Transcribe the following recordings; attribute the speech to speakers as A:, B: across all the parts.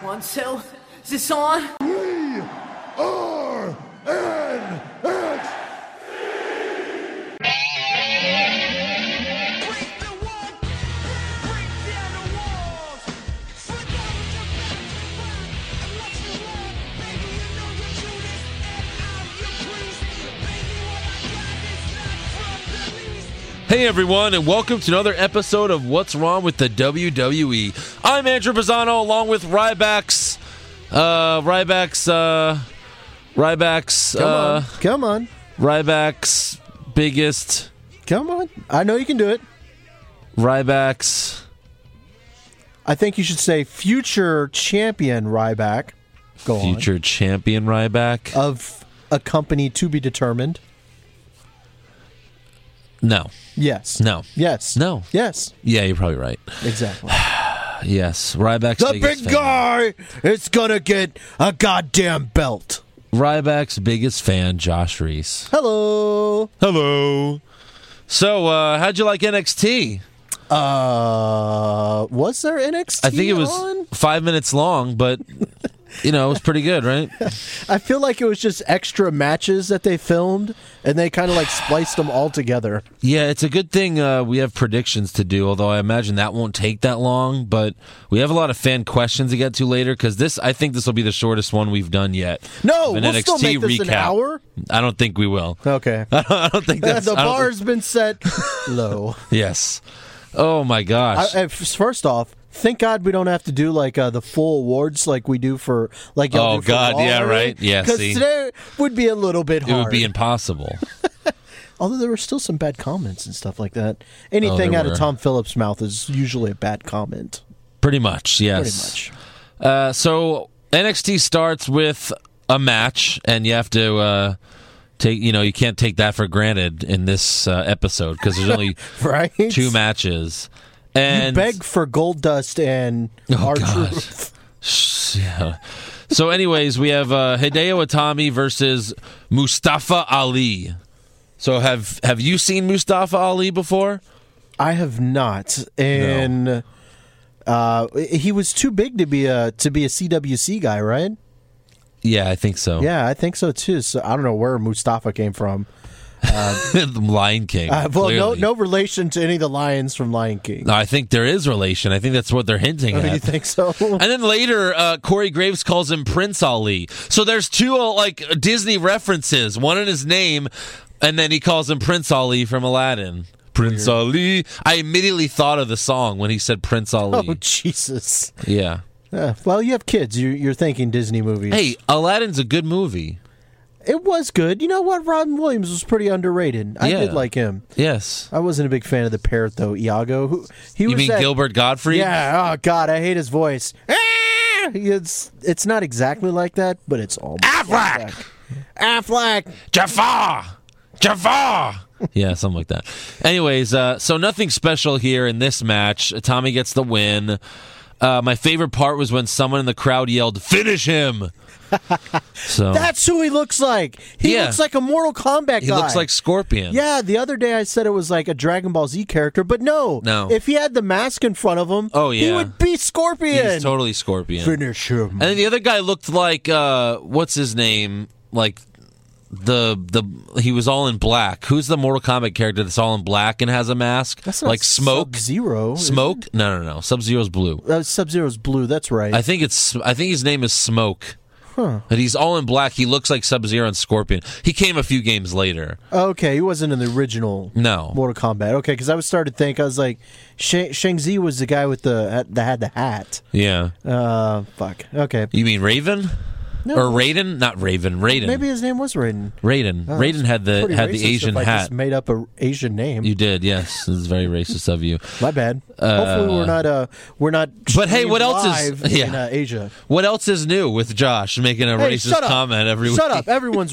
A: one, so is this on?
B: We are NXT.
C: Break the wall, break down the walls. Fight down your passion burn, and let you run. Baby, you know your Judas, and I'm your priest. Baby, what I got is not from the least.
D: Hey everyone, and welcome to another episode of What's Wrong with the WWE. I'm Andrew Pisano, along with Ryback's, uh, Ryback's, uh, Ryback's, uh,
E: Come on.
D: Ryback's biggest,
E: Come on. I know you can do it.
D: Ryback's
E: I think you should say future champion Ryback. Go
D: future champion Ryback.
E: on. Of a company to be determined.
D: no,
E: Yes.
D: no,
E: Yes.
D: No.
E: Yes.
D: yeah, you're probably right.
E: Exactly.
D: Yes, Ryback's
E: the
D: biggest
E: big
D: fan.
E: guy is going to get a goddamn belt.
D: Ryback's biggest fan, Josh Reese.
E: Hello.
D: Hello. So, uh, how'd you like NXT?
E: Uh, was there NXT?
D: I think it was
E: on?
D: five minutes long, but you know, it was pretty good, right?
E: I feel like it was just extra matches that they filmed, and they kind of like spliced them all together.
D: Yeah, it's a good thing uh, we have predictions to do, although I imagine that won't take that long, but we have a lot of fan questions to get to later because this, I think this will be the shortest one we've done yet.
E: No,
D: Of an
E: we'll still
D: NXT
E: make this an
D: recap.
E: hour?
D: I don't think we will.
E: Okay.
D: I don't think that's
E: the
D: I don't
E: bar's been set low.
D: think- yes. Oh my
E: I,
D: gosh.
E: I- first off, thank God we don't have to do like uh, the full awards like we do for like. y'all
D: Oh,
E: do for
D: God, yeah,
E: Raw,
D: right? Yeah,
E: because
D: see.
E: today would be a little bit
D: it
E: hard.
D: would be impossible.
E: Although there were still some bad comments and stuff like that.
D: Oh,
E: Anything
D: there
E: out
D: were.
E: of Tom Phillips' mouth is usually a bad comment.
D: Pretty much, yes.
E: Pretty much.
D: Uh, so NXT starts with a match, and you have to uh, take. You know, you can't take that for granted in this uh, episode because there's only
E: Right?
D: two matches. And
E: Beg for gold dust and
D: Oh,
E: our
D: God.
E: truth.
D: yeah. So, anyways, we have uh, Hideo Itami versus Mustafa Ali. So, have have you seen Mustafa Ali before?
E: I have not, and uh, he was too big to be a to be a CWC guy, right?
D: Yeah, I think so.
E: Yeah, I think so too. So I don't know where Mustafa came from.
D: The Lion King.
E: Uh, well, no,
D: clearly.
E: no relation to any of the lions from Lion King.
D: No, I think there is relation. I think that's what they're hinting
E: Do
D: at.
E: Oh, you think so?
D: And then later, uh, Corey Graves calls him Prince Ali. So there's two uh, like Disney references. One in his name, and then he calls him Prince Ali from Aladdin. Prince Ali. I immediately thought of the song when he said Prince Ali.
E: Oh Jesus!
D: yeah.
E: Uh, well, you have kids. You're, you're thinking Disney movies.
D: Hey, Aladdin's a good movie.
E: it was good. You know what? Robin Williams was pretty underrated. I
D: Yeah.
E: did like him.
D: Yes.
E: I wasn't a big fan of the parrot though, Iago. Who he
D: You
E: was
D: mean
E: that-
D: Gilbert Godfrey?
E: Yeah. Oh God, I hate his voice. Ah! It's it's not exactly like that, but it's almost.
D: Ah, Affleck!
E: Affleck.
D: Jafar! Jafar! yeah, something like that. Anyways, uh, so nothing special here in this match. Tommy gets the win. Uh, my favorite part was when someone in the crowd yelled, "Finish him!" So
E: That's who he looks like. He
D: Yeah.
E: looks like a Mortal Kombat
D: he
E: guy.
D: looks like Scorpion.
E: Yeah, the other day I said it was like a Dragon Ball Z character, but no.
D: No.
E: If he had the mask in front of him,
D: Oh,
E: he
D: yeah.
E: would be Scorpion.
D: he's totally Scorpion.
E: Finish him.
D: and then the other guy looked like uh, what's his name? Like the the he was all in black. Who's the Mortal Kombat character that's all in black and has a mask? like Smoke.
E: Zero.
D: Smoke? No, no, no. Sub Zero's blue.
E: Uh, Sub Zero's blue, that's right.
D: I think it's. I think his name is Smoke. And he's all in black. He looks like Sub Zero and Scorpion. He came a few games later.
E: Oh, okay, he wasn't in the original
D: No.
E: Mortal Kombat. Okay, because I was started to think, I was like, Shang- Shang-Zi was the guy with the that had the hat.
D: Yeah.
E: Uh, fuck. Okay.
D: You mean Raven?
E: No.
D: Or Raiden? Not Raven. Raiden.
E: Maybe his name was Raiden.
D: Raiden. Raiden had the
E: Pretty
D: had
E: racist
D: the Asian
E: if I
D: hat.
E: Just made up a Asian name.
D: you did. Yes. This is very racist of you.
E: My bad. Hopefully we're not uh we're not.
D: But hey, what else is-
E: live in
D: yeah.
E: uh, Asia?
D: What else is new with Josh making a
E: Hey,
D: racist
E: shut up.
D: comment every
E: Shut
D: week?
E: up! Everyone's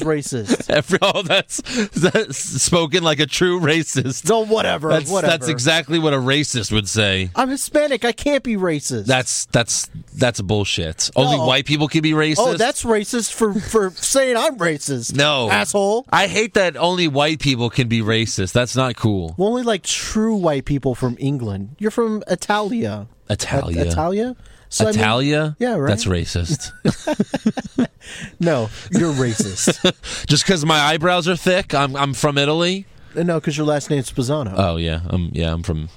E: racist.
D: Every, oh, that's, that's spoken like a true racist.
E: No, whatever.
D: That's
E: whatever.
D: that's exactly what a racist would say.
E: I'm Hispanic. I can't be racist.
D: That's that's that's bullshit. Only
E: No.
D: white people can be racist.
E: oh, that's racist for for saying I'm racist.
D: no
E: asshole.
D: I hate that only white people can be racist. That's not cool.
E: Only like true white people from England. You're from Italia.
D: Italia.
E: Italia. So, I mean-
D: Italia?
E: yeah, right.
D: That's racist.
E: no, you're racist.
D: Just because my eyebrows are thick, I'm I'm from Italy.
E: Uh, no, because your last name's Pisano,
D: Oh yeah, um yeah, I'm from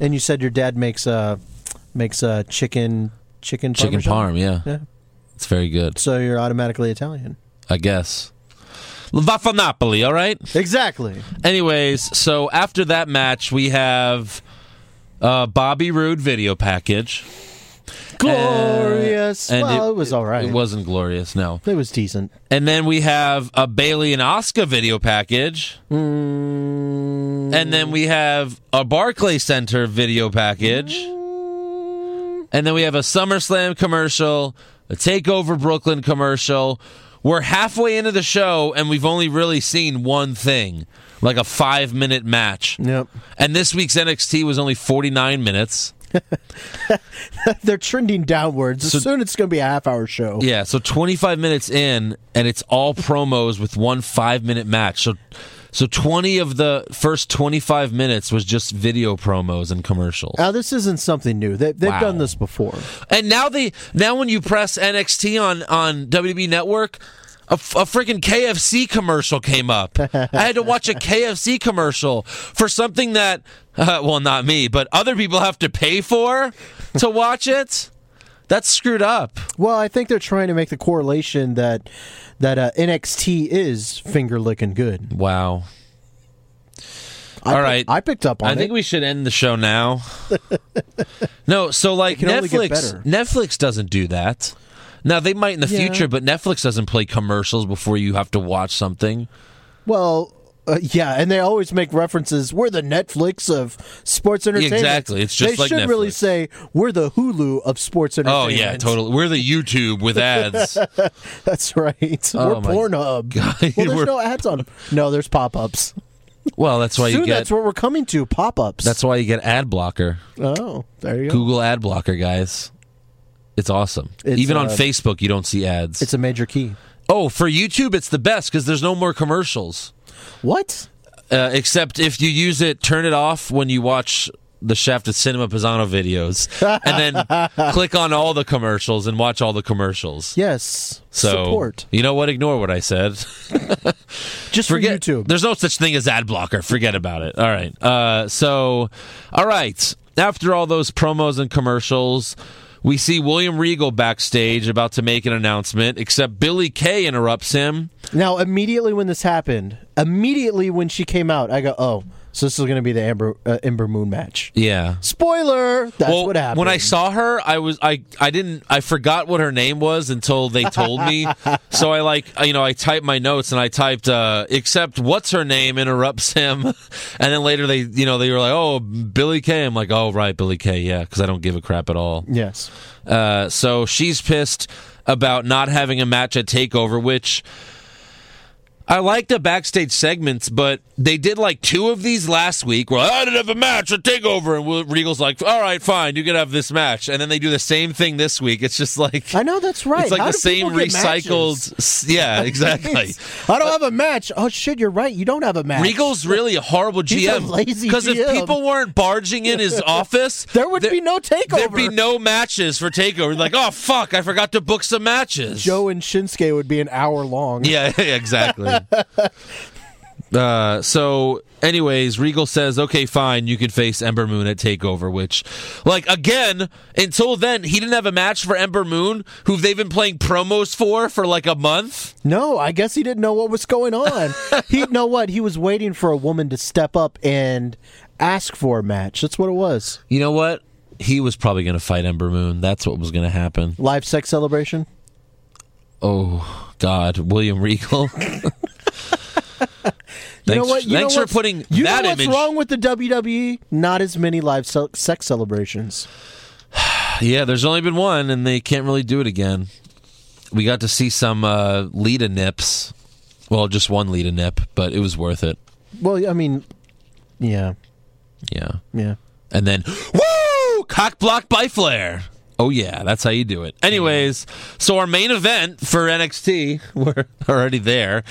E: and you said your dad makes uh makes uh chicken chicken
D: chicken
E: parmesan?
D: parm. Yeah.
E: Yeah.
D: it's very good,
E: So you're automatically Italian.
D: I guess. Vaffa Napoli, all right.
E: Exactly.
D: Anyways, so after that match, we have uh, Bobby Roode video package.
E: Glorious.
D: and
E: well, it, was all right.
D: It wasn't glorious, no.
E: It was decent.
D: And then we have a Bailey and Oscar video package. And then we have a Barclay Center video package. And then we have a SummerSlam commercial, a Takeover Brooklyn commercial. We're halfway into the show and we've only really seen one thing, like a 5-minute match.
E: Yep.
D: And this week's NXT was only 49 minutes.
E: They're trending downwards. Soon it's going to be a half hour show.
D: Yeah, so 25 minutes in, and it's all promos with one five minute match. So, so 20 of the first 25 minutes was just video promos and commercials.
E: Now, this isn't something new. They, they've
D: Wow.
E: done this before.
D: And now they now when you press NXT on on WWE Network. A, f- a freaking KFC commercial came up. I had to watch a KFC commercial for something that, uh, well, not me, but other people have to pay for to watch it. That's screwed up.
E: Well, I think they're trying to make the correlation that that uh, NXT is finger licking good.
D: Wow.
E: I
D: All
E: pick-
D: right.
E: I picked up on
D: I think
E: it.
D: we should end the show now. no, so like
E: can only get
D: Netflix
E: better.
D: Netflix doesn't do that. Now they might in the
E: Yeah.
D: future, but Netflix doesn't play commercials before you have to watch something.
E: well, uh, yeah, and they always make references. We're the Netflix of sports entertainment.
D: Exactly. It's just
E: they
D: like
E: should really
D: Netflix.
E: say we're the Hulu of sports
D: Oh
E: entertainment.
D: yeah, totally. We're the YouTube with ads.
E: That's right.
D: Oh,
E: we're
D: my
E: Pornhub.
D: God.
E: Well,
D: We're-
E: there's no ads on. No, there's pop ups.
D: well, that's why
E: Soon
D: you get
E: that's what we're coming to. Pop ups.
D: that's why you get ad blocker.
E: oh, there you go.
D: Google ad blocker, guys. It's awesome.
E: It's,
D: Even on
E: uh,
D: Facebook, you don't see ads.
E: It's a major key.
D: oh, for YouTube, it's the best because there's no more commercials.
E: What?
D: Uh, except if you use it, turn it off when you watch the Shafted Cinema Pisano videos, and then click on all the commercials and watch all the commercials.
E: Yes.
D: So
E: Support.
D: you know what? Ignore what I said.
E: Just
D: Forget
E: for YouTube.
D: There's no such thing as ad blocker. Forget about it. All right. Uh, so, all right. After all those promos and commercials, we see William Regal backstage about to make an announcement. Except Billy Kay interrupts him.
E: Now, immediately when this happened, immediately when she came out, I go, oh, so this is going to be the Amber uh, Ember Moon match.
D: Yeah.
E: Spoiler. That's
D: Well,
E: what happened.
D: When I saw her, I was I I didn't I forgot what her name was until they told me. so I like you know I typed my notes and I typed uh, except what's her name interrupts him, and then later they you know they were like oh Billy Kay I'm like oh right Billy Kay yeah because I don't give a crap at all.
E: yes.
D: Uh, so she's pissed about not having a match at Takeover, which. I like the backstage segments, but they did like two of these last week. Well, I didn't have a match, a takeover, and Will- Regal's like, "All right, fine, you can have this match." And then they do the same thing this week. It's just like
E: I know that's right.
D: It's like
E: How
D: the
E: do
D: same
E: people get
D: recycled.
E: matches?
D: s- Yeah, exactly.
E: I don't have a match. Oh shit, you're right. You don't have a match.
D: Regal's really a horrible
E: He's a
D: GM
E: lazy
D: if
E: GM.
D: people weren't barging in his office,
E: There would be no takeover.
D: There'd be no matches for takeover. Like, oh fuck, I forgot to book some matches.
E: Joe and Shinsuke would be an hour long.
D: Yeah, exactly. uh, so, anyways, Regal says, "Okay, fine, you can face Ember Moon at Takeover." Which, like, again, until then, he didn't have a match for Ember Moon, who they've been playing promos for for like a month.
E: No, I guess he didn't know what was going on. he know what? He was waiting for a woman to step up and ask for a match. That's what it was.
D: You know what? He was probably going to fight Ember Moon. That's what was going to happen.
E: Live sex celebration.
D: Oh God, William Regal.
E: You
D: Thanks-
E: know what? You
D: thanks for
E: know what's-
D: putting
E: you
D: that
E: know what's
D: image.
E: wrong with the WWE? Not as many live se- sex celebrations.
D: Yeah, there's only been one, and they can't really do it again. We got to see some uh, Lita nips. Well, just one Lita nip, but it was worth it.
E: Well, I mean, yeah,
D: Yeah.
E: yeah.
D: And then, woo! Cock block by Flair. Oh, yeah, that's how you do it. Anyways, so our main event for NXT, we're already there,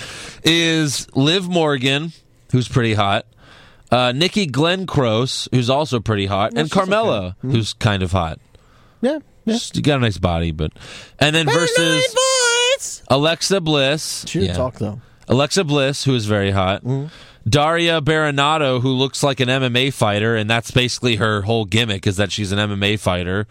D: is Liv Morgan, who's pretty hot, uh, Nikki Glenn Gross, who's also pretty hot, and Carmella, who's kind of hot.
E: Yeah. Yeah.
D: Just- You got a nice body, but and then versus Alexa Bliss.
E: She did
D: Yeah.
E: talk Mm-hmm. though.
D: Alexa Bliss, who is very hot. Daria Baronato, who looks like an MMA fighter, and that's basically her whole gimmick is that she's an MMA fighter.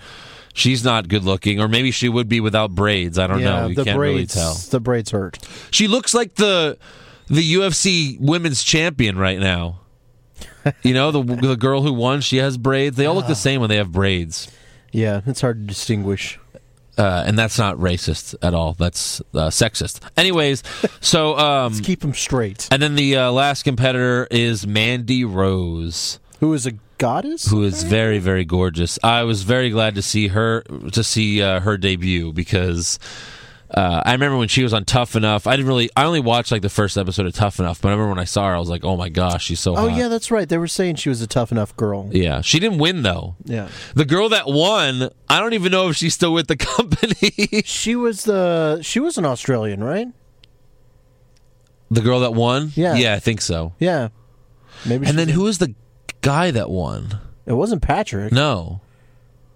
D: She's not good looking, or maybe she would be without braids. I don't
E: yeah,
D: know. You
E: the
D: can't
E: braids.
D: really tell.
E: The braids hurt.
D: She looks like the the UFC women's champion right now. You know the the girl who won. She has braids. They all look the
E: Ah.
D: same when they have braids,
E: Yeah, it's hard to distinguish.
D: uh, and that's not racist at all. That's uh, sexist. Anyways, so um,
E: Keep them straight.
D: And then the uh, last competitor is Mandy Rose,
E: Who is a goddess?
D: who is very, very gorgeous. I was very glad to see her to see uh, her debut because uh, I remember when she was on Tough Enough. I didn't really, I only watched like the first episode of Tough Enough, but I remember when I saw her, I was like, oh my gosh, she's so.
E: Oh
D: hot.
E: yeah, that's right. They were saying she was a tough enough girl.
D: yeah. She didn't win though.
E: Yeah.
D: The girl that won, I don't even know if she's still with the company.
E: She was the she was an Australian, right?
D: the girl that won,
E: Yeah.
D: yeah, I think so.
E: Yeah. Maybe
D: And then
E: she's-
D: who is the guy that won?
E: It wasn't Patrick.
D: No.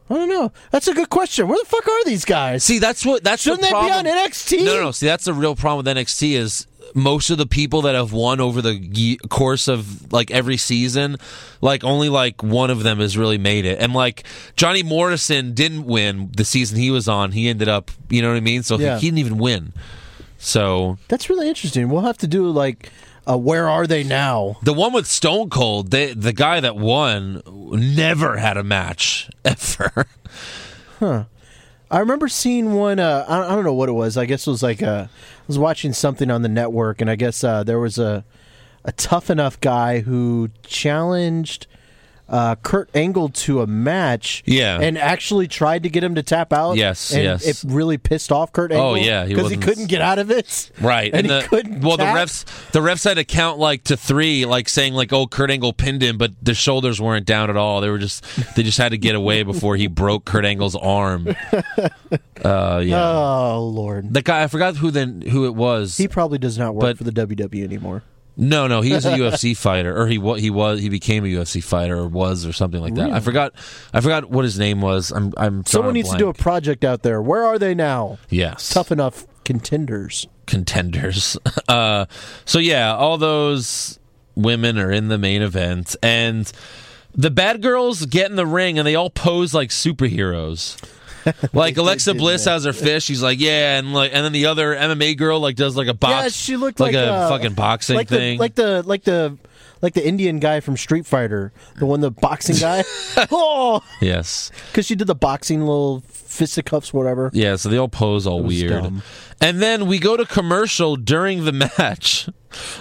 E: I don't know. That's a good question. Where the fuck are these guys?
D: See, that's what that's
E: Shouldn't
D: the
E: they be
D: problem.
E: on NXT?
D: No, no, no. See, that's the real problem with NXT is most of the people that have won over the ye- course of like every season, like only like one of them has really made it. And like Johnny Morrison didn't win the season he was on. He ended up, you know what I mean? So he-
E: Yeah.
D: he didn't even win. So
E: That's really interesting. We'll have to do like a where are they now?
D: the one with Stone Cold, they, the guy that won, never had a match ever.
E: I remember seeing one. Uh, I, I don't know what it was. I guess it was like uh, I was watching something on the network, and I guess uh, there was a a tough enough guy who challenged uh, Kurt Angle to a match.
D: Yeah.
E: and actually tried to get him to tap out.
D: Yes,
E: and
D: yes.
E: It really pissed off Kurt Angle.
D: Oh, yeah, he
E: because he,
D: wasn't-
E: couldn't get out of it.
D: Right,
E: and,
D: the,
E: he couldn't.
D: Well,
E: tap.
D: the refs, the refs had to count like to three, like saying like, "Oh, Kurt Angle pinned him," but the shoulders weren't down at all. They were just, they just had to get away before he broke Kurt Angle's arm. Uh, yeah,
E: Oh Lord,
D: the guy I forgot who then who it was.
E: he probably does not work
D: But-
E: for the WWE anymore.
D: no, no, he was a UFC fighter, or he wa- he was he became a UFC fighter, or was or something like that. I forgot, I forgot what his name was. I'm I'm
E: Someone needs to do a
D: blank.
E: project out there. Where are they now?
D: yes
E: Tough enough contenders.
D: contenders. Uh, so yeah, all those women are in the main event, and the bad girls get in the ring and they all pose like superheroes. Like Alexa
E: did
D: Bliss
E: that.
D: has her fist, she's like, yeah, and like, and then the other MMA girl like does like a box,
E: Yeah, she looked
D: like,
E: like,
D: a
E: uh,
D: fucking boxing
E: like
D: thing.
E: The, like the like the like the Indian guy from Street Fighter, the one the boxing guy. oh,
D: yes,
E: because she did the boxing little fisticuffs, whatever.
D: yeah. So they all pose all
E: was
D: weird,
E: dumb.
D: and then we go to commercial during the match.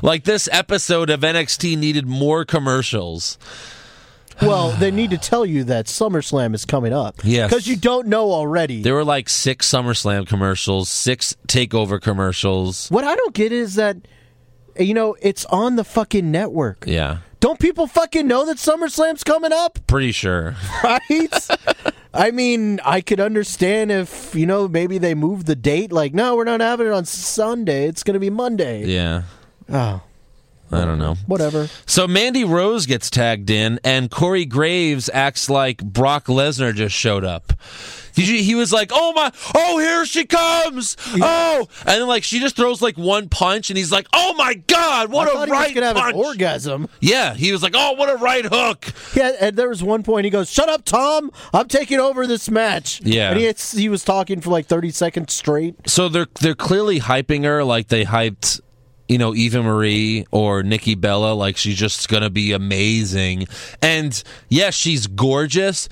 D: like this episode of NXT needed more commercials.
E: Well, they need to tell you that SummerSlam is coming up.
D: Yes.
E: because you don't know already.
D: There were like six SummerSlam commercials, six takeover commercials.
E: what I don't get is that you know it's on the fucking network.
D: Yeah.
E: Don't people fucking know that SummerSlam's coming up?
D: Pretty sure.
E: right? I mean, I could understand if, you know, maybe they moved the date. Like, no, we're not having it on Sunday. It's going to be Monday.
D: Yeah.
E: Oh,
D: I don't know.
E: whatever.
D: So Mandy Rose gets tagged in, and Corey Graves acts like Brock Lesnar just showed up. Did you, he was like, "Oh my! Oh, here she comes! Oh!" And then like she just throws like one punch, and he's like, "Oh my God! What
E: I
D: a
E: thought he
D: right
E: was going to have
D: punch!"
E: an orgasm.
D: yeah, he was like, "Oh, what a right hook!"
E: Yeah, and there was one point he goes, shut up, Tom. I'm taking over this match.
D: Yeah.
E: And he, had- he was talking for like 30 seconds straight.
D: So they're they're clearly hyping her like they hyped, you know, Eva Marie or Nikki Bella, like she's just gonna be amazing. And yes, she's gorgeous,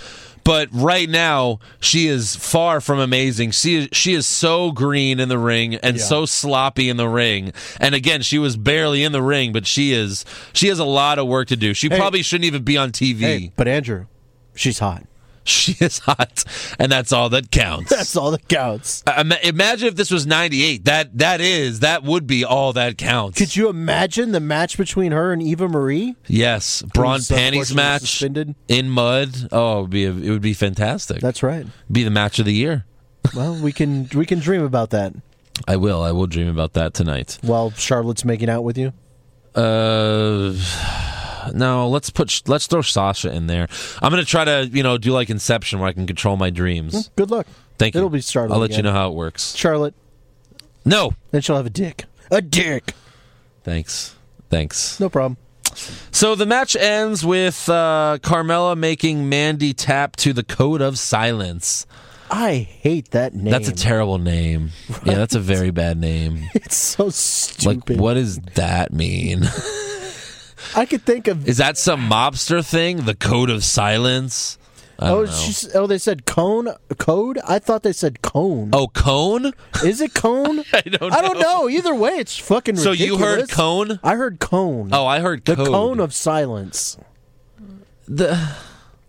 D: but right now she is far from amazing. She is, she is so green in the ring and so sloppy in the ring. And again, she was barely in the ring, but she is she has a lot of work to do. She probably shouldn't even be on TV.
E: Hey, but Andrew, she's hot.
D: She is hot, and that's all that counts.
E: That's all that counts.
D: I- ima- imagine if this was 98 that that is that would be all that counts
E: Could you imagine the match between her and Eva Marie?
D: yes braun
E: Who's
D: panties
E: unfortunately
D: match
E: suspended?
D: in mud oh it would be a, it would be fantastic
E: That's right.
D: be the match of the year
E: Well, we can we can dream about that
D: i will i will dream about that tonight
E: while Charlotte's making out with you.
D: uh No, let's put let's throw Sasha in there. I'm gonna try to you know do like Inception where I can control my dreams.
E: Good luck.
D: Thank you.
E: Hmm. It'll be startling
D: I'll let you
E: again.
D: know how it works.
E: Charlotte.
D: No,
E: Then she'll have a dick. A dick.
D: thanks, thanks.
E: No problem.
D: So the match ends with uh, Carmella making Mandy tap to the Code of Silence.
E: I hate that name.
D: That's a terrible name. Yeah, that's a very bad name.
E: It's so
D: like,
E: stupid.
D: what does that mean?
E: I could think of.
D: Is that some mobster thing? The Code of Silence?
E: oh, she's, oh, they said cone code. I thought they said cone.
D: Oh, cone?
E: Is it cone?
D: I don't
E: I don't know. Either way, it's fucking.
D: So you heard
E: ridiculous.
D: cone?
E: I heard cone.
D: Oh, I heard
E: the
D: code.
E: cone of silence.
D: the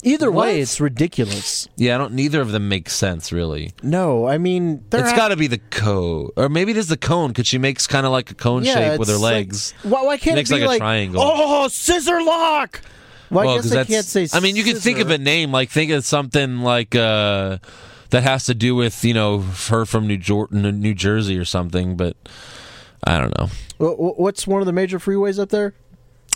E: Either
D: What?
E: way, it's ridiculous.
D: Yeah, I don't neither of them makes sense really.
E: No, I mean there
D: it's
E: ha-
D: got to be the code. Or maybe it is the cone cuz she makes kind of like a cone
E: yeah,
D: shape with
E: it's
D: her
E: like-
D: legs.
E: why, why can't
D: Makes
E: it be
D: like a
E: like
D: triangle.
E: Oh, scissor lock. Well, I
D: well,
E: guess
D: 'cause
E: I
D: that's-
E: can't say.
D: I mean, you can think of
E: scissor.
D: a name like think of something like uh that has to do with, you know, her from New Jordan, New Jersey or something, but I don't know.
E: Wh- wh- What's one of the major freeways up there?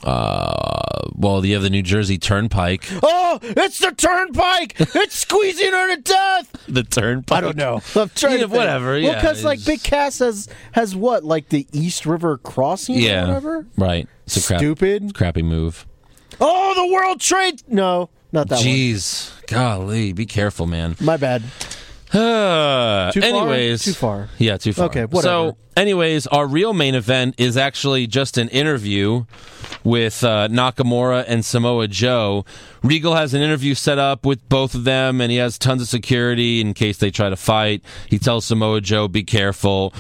D: Uh, Well, you have the New Jersey Turnpike.
E: Oh, it's the turnpike. it's squeezing her to death.
D: the Turnpike.
E: I don't know. I'm trying
D: Yeah,
E: to think.
D: whatever,
E: Well,
D: yeah,
E: because like
D: it's-
E: Big Cass has has what like the East River crossing
D: Yeah.
E: or whatever.
D: Right. It's a crap,
E: Stupid.
D: crappy move.
E: Oh, the World Trade. No, not that one.
D: Jeez. Golly, be careful, man.
E: My bad.
D: Uh,
E: Too far?
D: anyways,
E: Too far.
D: Yeah, too far.
E: Okay, whatever.
D: So, anyways, our real main event is actually just an interview with uh, Nakamura and Samoa Joe. Regal has an interview set up with both of them, and he has tons of security in case they try to fight. He tells Samoa Joe, "Be careful."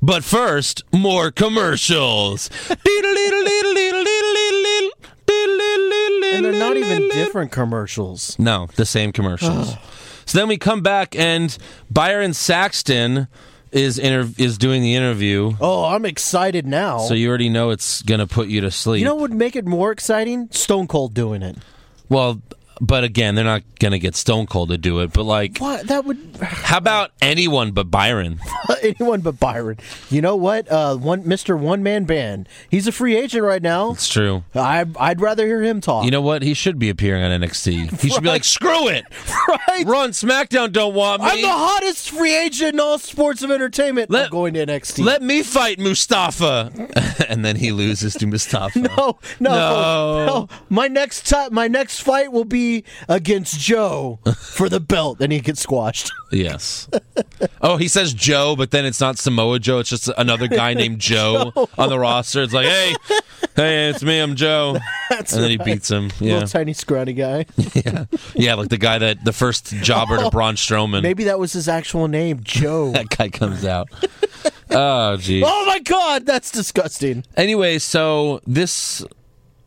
D: But first, more commercials.
E: And
D: And
E: they're not even different commercials.
D: no, the same commercials. so then we come back and Byron Saxton is inter- is doing the interview.
E: Oh, I'm excited now.
D: So you already know it's gonna put you to sleep.
E: you know what would make it more exciting? Stone Cold doing it.
D: well, but again, they're not gonna get Stone Cold to do it. But like,
E: What? That would
D: how about anyone but Byron?
E: anyone but Byron. You know what? Uh, one Mr. One Man Band. He's a free agent right now.
D: It's true.
E: I I'd rather hear him talk.
D: You know what? He should be appearing on NXT. He should be like, screw it,
E: right?
D: run SmackDown. Don't want me.
E: I'm the hottest free agent in all sports of entertainment.
D: Let-
E: I'm going to NXT.
D: Let me fight Mustafa, and then he loses to Mustafa.
E: no, no,
D: No.
E: My next ti my next fight will be against Joe for the belt, and he gets squashed.
D: Yes. oh, he says Joe, but then it's not Samoa Joe. It's just another guy named Joe, on the roster. It's like, hey, hey, it's me. I'm Joe. and then he beats him. Yeah,
E: Little tiny scrawny guy.
D: yeah, like the guy that the first jobber to Braun Strowman.
E: Oh. Maybe that was his actual name, Joe.
D: that guy comes out. oh, geez.
E: oh my god, that's disgusting.
D: Anyway, so this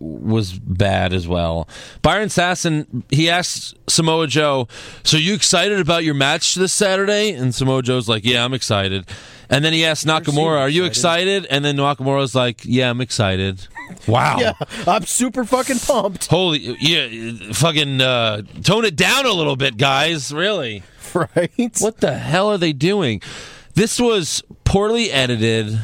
D: was bad as well. Byron Sasson, he asked Samoa Joe, So you excited about your match this Saturday? And Samoa Joe's like, Yeah, I'm excited. And then he asked Nakamura, Are you excited? And then Nakamura's like, Yeah, I'm excited. Wow.
E: Yeah, I'm super fucking pumped.
D: Holy, yeah, fucking uh, tone it down a little bit, guys. Really?
E: Right?
D: What the hell are they doing? This was poorly edited,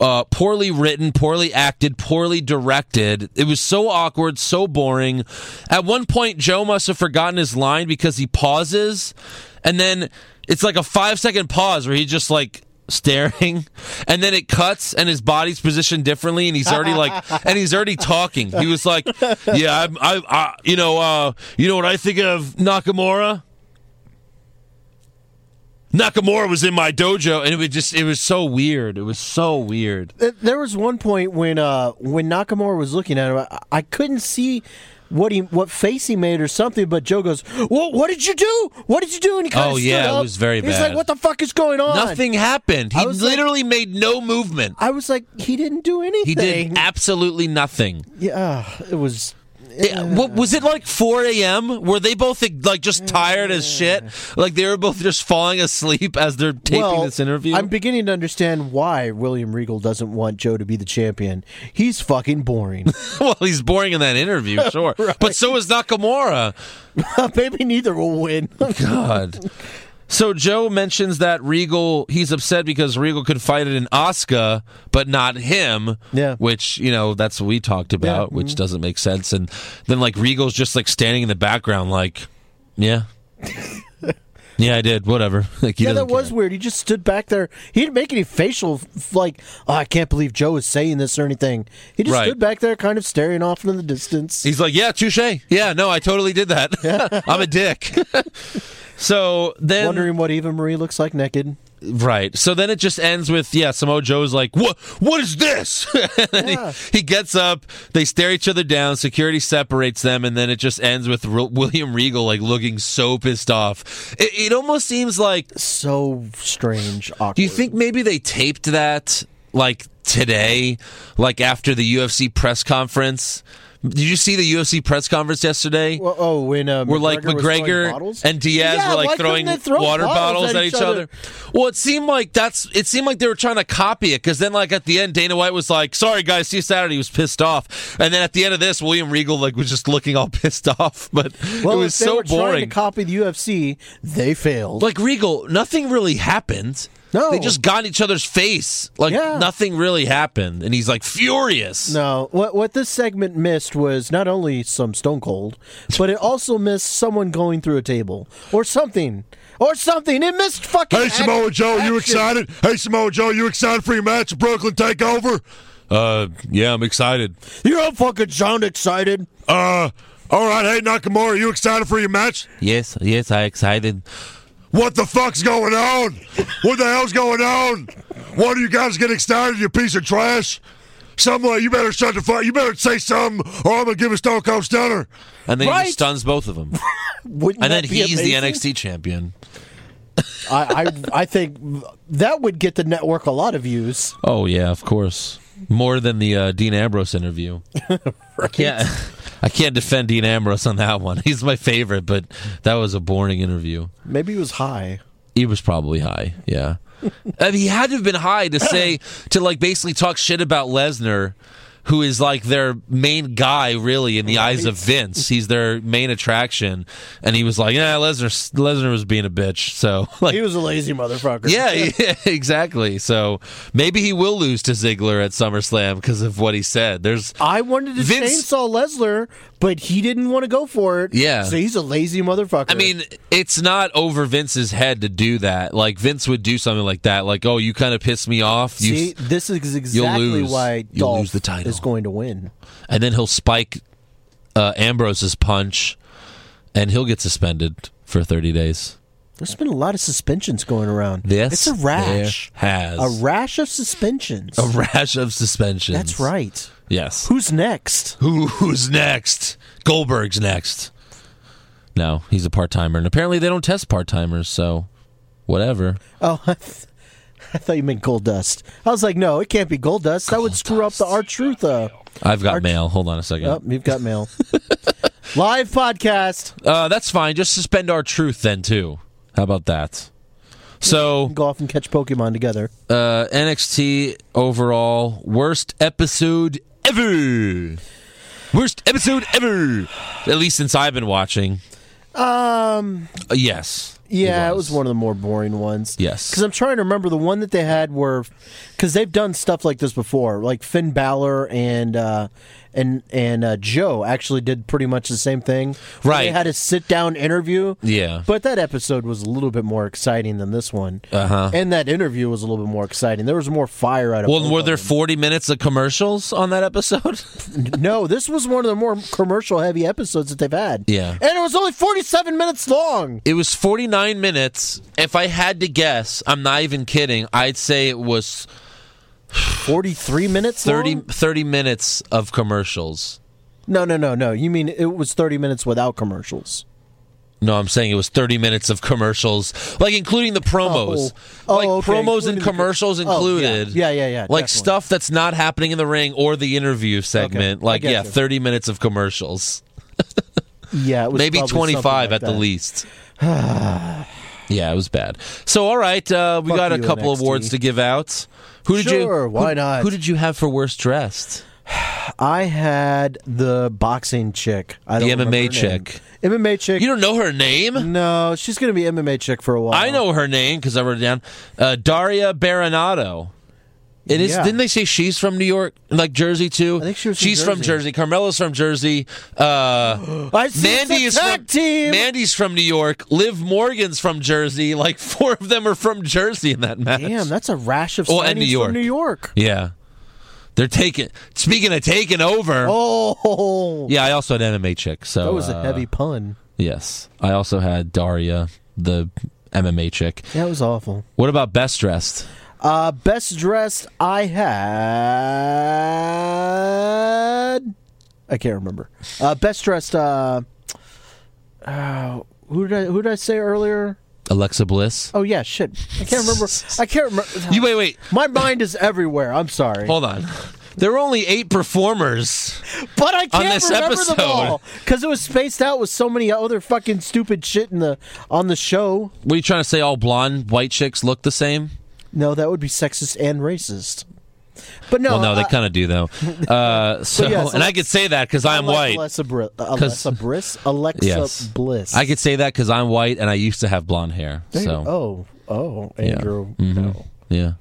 D: uh, poorly written, poorly acted, poorly directed. It was so awkward, so boring. At one point, Joe must have forgotten his line because he pauses, and then it's like a five second pause where he just like staring and then it cuts and his body's positioned differently and he's already like and he's already talking he was like yeah I'm, I, I you know uh you know what i think of nakamura Nakamura was in my dojo, and it was just it was so weird. It was so weird.
E: Th- There was one point when uh, when Nakamura was looking at him, I, I couldn't see what he what face he made or something. But Joe goes, "Well, what did you do? What did you do?" And he kind
D: Oh,
E: of
D: yeah, it
E: stood up.
D: was very
E: He's
D: bad.
E: like, "What the fuck is going on?"
D: Nothing happened. He
E: I was like-
D: literally made no movement.
E: I was like, he didn't do anything.
D: He did absolutely nothing.
E: Yeah, it was.
D: Yeah, what, was it like 4 a.m.? Were they both like just tired as shit? Like they were both just falling asleep as they're taping
E: well,
D: this interview.
E: I'm beginning to understand why William Regal doesn't want Joe to be the champion. He's fucking boring.
D: well, he's boring in that interview, sure, but so is Nakamura.
E: Uh, Maybe neither will win.
D: God. So Joe mentions that Regal, he's upset because Regal could fight it in Asuka, but not him.
E: Yeah. Mm-hmm.
D: Which, you know, that's what we talked about, which doesn't make sense. And then, like, Regal's just, like, standing in the background, like, yeah. yeah, I did. Whatever. Like, he
E: yeah,
D: doesn't
E: that was
D: care.
E: weird. He just stood back there. He didn't make any facial, f- like, oh, I can't believe Joe is saying this or anything. He just
D: Right.
E: stood back there, kind of staring off into the distance.
D: He's like, yeah, touche. Yeah, no, I totally did that. I'm a dick. so then.
E: wondering what Eva Marie looks like naked.
D: Right. So then it just ends with yeah, Samoa Joe's like, "What what is this?" and then
E: Yeah.
D: he, he gets up, they stare each other down, security separates them and then it just ends with Re- William Regal like looking so pissed off. It, it almost seems like
E: So strange, awkward.
D: do you think maybe they taped that like today, like after the UFC press conference? Did you see the UFC press conference yesterday?
E: Well, oh, when uh,
D: were like
E: was throwing
D: McGregor
E: bottles?
D: and Diaz
E: Yeah,
D: were
E: why
D: like
E: couldn't
D: throwing
E: they throw
D: water bottles at, each other. Well, it seemed like that's it seemed like they were trying to copy it because then like at the end Dana White was like, "Sorry guys, see you Saturday." He was pissed off, and then at the end of this, William Regal like was just looking all pissed off, but
E: Well,
D: it
E: if
D: was
E: they
D: so
E: were trying
D: boring.
E: To copy the UFC, they failed.
D: like Regal, nothing really happened.
E: No.
D: they just got in each other's face. Like
E: Yeah.
D: nothing really happened, and he's like furious.
E: No, what what this segment missed was not only some Stone Cold, but it also missed someone going through a table or something or something. It missed fucking.
B: Hey,
E: act-
B: Samoa Joe, you
E: action.
B: excited? Hey, Samoa Joe, you excited for your match at Brooklyn Takeover?
D: Uh, yeah, I'm excited.
E: You don't fucking sound excited.
B: Uh, all right. Hey, Nakamura, you excited for your match?
D: Yes, yes, I excited.
B: What the fuck's going on? What the hell's going on? What are you guys getting started, you piece of trash? Somewhere, you better shut the fuck. You better say something, or I'm gonna give a Stone Cold Stunner.
D: And then he
E: Right.
D: just stuns both of them.
E: Wouldn't
D: And then
E: that be
D: he's the
E: amazing?
D: NXT champion.
E: I, I I think that would get the network a lot of views.
D: Oh yeah, of course. More than the uh, Dean Ambrose interview. I can't. I can't defend Dean Ambrose on that one. He's my favorite, but that was a boring interview.
E: Maybe it was high.
D: He was probably high. Yeah, I mean, he had to have been high to say to like basically talk shit about Lesnar, who is like their main guy, really, in the eyes of Vince. He's their main attraction, and he was like, "Yeah, Lesnar. Lesnar was being a bitch." So like,
E: He was a lazy motherfucker.
D: yeah, yeah, exactly. So maybe he will lose to Ziggler at SummerSlam because of what he said. There's
E: I wanted to
D: Vince-
E: chainsaw Lesnar, but he didn't want to go for it.
D: Yeah.
E: So he's a lazy motherfucker.
D: I mean, it's not over Vince's head to do that. Like Vince would do something like that, like, "Oh, you kind of pissed me off," you,
E: see, this is exactly
D: lose.
E: why
D: You'll
E: Dolph
D: lose the title.
E: is going to win.
D: and then he'll spike uh, Ambrose's punch, and he'll get suspended for thirty days.
E: There's been a lot of suspensions going around.
D: Yes,
E: it's a rash,
D: there has
E: a rash of suspensions.
D: a rash of suspensions.
E: That's right.
D: Yes.
E: Who's next?
D: Who, who's next? Goldberg's next. No, he's a part timer, and apparently they don't test part timers, so whatever.
E: Oh, I, th- I thought you meant Gold Dust. I was like, no, it can't be Gold Dust. that would screw up the R Truth. Uh,
D: I've got mail. Hold on a second.
E: oh, you've got mail. Live podcast.
D: Uh, that's fine. Just suspend our truth then too. How about that? So
E: Go off and catch Pokemon together.
D: uh, NXT overall worst episode ever. Worst episode ever. At least since I've been watching.
E: Um.
D: Uh, yes.
E: Yeah, it was. one of the more boring ones.
D: Yes.
E: Because I'm trying to remember the one that they had where, because they've done stuff like this before, like Finn Balor and uh, and and uh, Joe actually did pretty much the same thing. where
D: Right.
E: They had a sit down interview.
D: Yeah.
E: But that episode was a little bit more exciting than this one. Uh huh. And that interview was a little bit more exciting. There was more fire out of.
D: Uh-huh. Well,
E: both
D: were
E: of
D: there
E: them.
D: forty minutes of commercials on that episode?
E: No, this was one of the more commercial heavy episodes that they've had.
D: Yeah.
E: And it was only 47 minutes long.
D: It was 49 minutes. If I had to guess, I'm not even kidding. I'd say it was
E: 43 minutes.
D: 30,
E: long?
D: 30 minutes of commercials.
E: No, no, no, no. You mean it was 30 minutes without commercials?
D: No, I'm saying it was 30 minutes of commercials, like including the promos.
E: Oh. Oh,
D: like
E: okay,
D: promos
E: including
D: and
E: the-
D: commercials
E: Oh, yeah.
D: included.
E: Yeah, yeah, yeah,
D: Like
E: definitely.
D: stuff that's not happening in the ring or the interview segment.
E: I
D: Like,
E: get
D: yeah,
E: you.
D: 30 minutes of commercials.
E: Yeah, it was
D: Maybe
E: probably something
D: 25 at
E: like
D: the
E: that.
D: least. yeah, it was bad. So, all right, uh, we
E: Fuck
D: got a
E: you,
D: couple
E: NXT.
D: awards to give out. Who did you?
E: Sure, why
D: who-
E: not?
D: Who did you have for worst dressed?
E: I had the boxing chick. I
D: The
E: don't remember
D: MMA
E: her name.
D: chick.
E: MMA chick.
D: You don't know her name?
E: no, she's gonna be MMA chick for a while.
D: I know her name because I wrote it down. Uh, Daria Baronato. It is.
E: Yeah.
D: Didn't they say she's from New York, like Jersey too?
E: I think she was from
D: She's from
E: Jersey.
D: Jersey. Carmelo's from Jersey. Uh,
E: I see
D: Mandy is
E: it's a tag
D: from
E: team.
D: Mandy's from New York. Liv Morgan's from Jersey. Like four of them are from Jersey in that match.
E: Damn, that's a rash of
D: Oh, and
E: signings
D: New York.
E: from New York.
D: yeah, they're taking. Speaking of taking over,
E: Oh,
D: yeah, I also had MMA chick. So
E: that was a
D: uh,
E: heavy pun.
D: Yes, I also had Daria, the MMA chick.
E: That was awful.
D: What about best dressed?
E: Uh, best dressed, I had. I can't remember. Uh, best dressed. Uh, uh, who did I, who did I say earlier?
D: Alexa Bliss.
E: Oh yeah, shit. I can't remember. I can't remember.
D: You wait, wait,
E: My mind is everywhere. I'm sorry,
D: hold on. There were only eight performers.
E: but I can't
D: this
E: remember
D: episode.
E: them all because it was spaced out with so many other fucking stupid shit in the on the show.
D: What are you trying to say? All blonde white chicks look the same?
E: No, that would be sexist and racist. But no,
D: Well, no, they
E: I-
D: kind of do though. Uh, so,
E: yeah, so
D: and I
E: let's-
D: could say that because I am
E: like
D: white.
E: Alexa, Bri- uh, Alexa Bliss. Alexa
D: Yes.
E: Bliss.
D: I could say that because I'm white and I used to have blonde hair.
E: There you-
D: so, Mm-hmm.
E: Oh, oh, Andrew. No.
D: yeah.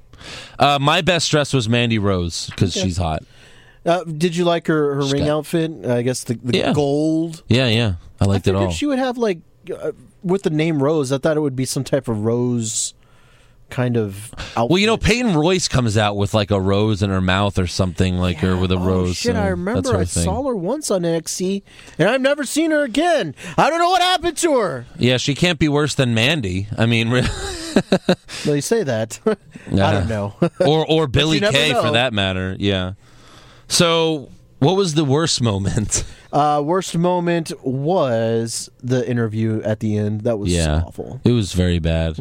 D: Uh, my best dress was Mandy Rose because she's hot.
E: Uh, did you like her, her ring
D: got-
E: outfit? I guess the, the
D: Yeah.
E: gold.
D: Yeah, yeah. I liked it
E: Figured
D: all.
E: she would have like uh, with the name Rose. I thought it would be some type of rose kind of outfit.
D: well, you know, Peyton Royce comes out with like a rose in her mouth or something, like her with a
E: oh,
D: rose.
E: Shit,
D: and
E: I
D: that
E: remember
D: sort
E: I
D: of thing.
E: saw her once on NXT, and I've never seen her again. I don't know what happened to her.
D: Yeah, she can't be worse than Mandy. I mean, re-
E: No, you say that. I don't know.
D: or or Billy
E: never
D: Kay for
E: know.
D: that matter. Yeah. So, what was the worst moment?
E: Uh, worst moment was the interview at the end. That was
D: yeah,
E: awful. Mm-hmm.
D: it was very bad.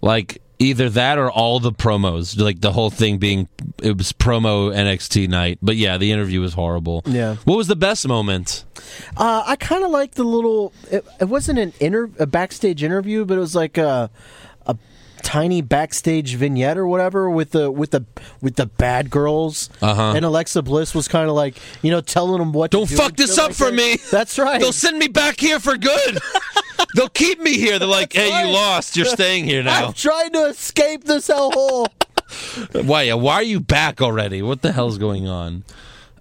D: Like either that or all the promos, like the whole thing being it was promo NXT night. But yeah, the interview was horrible.
E: Yeah.
D: What was the best moment?
E: Uh, I kind of like the little. It, it wasn't an inter a backstage interview, but it was like a a tiny backstage vignette or whatever with the with the with the bad girls.
D: Uh-huh.
E: And Alexa Bliss was kind of like you know telling them what. to
D: Don't
E: do
D: fuck
E: and shit
D: this up
E: like
D: for
E: that.
D: me.
E: That's right.
D: They'll send me back here for good. They'll keep me here. They're like, "Hey,
E: right.
D: you lost. You're staying here now.
E: I'm trying to escape this hellhole.
D: Why? Why are you back already? What the hell's going on?"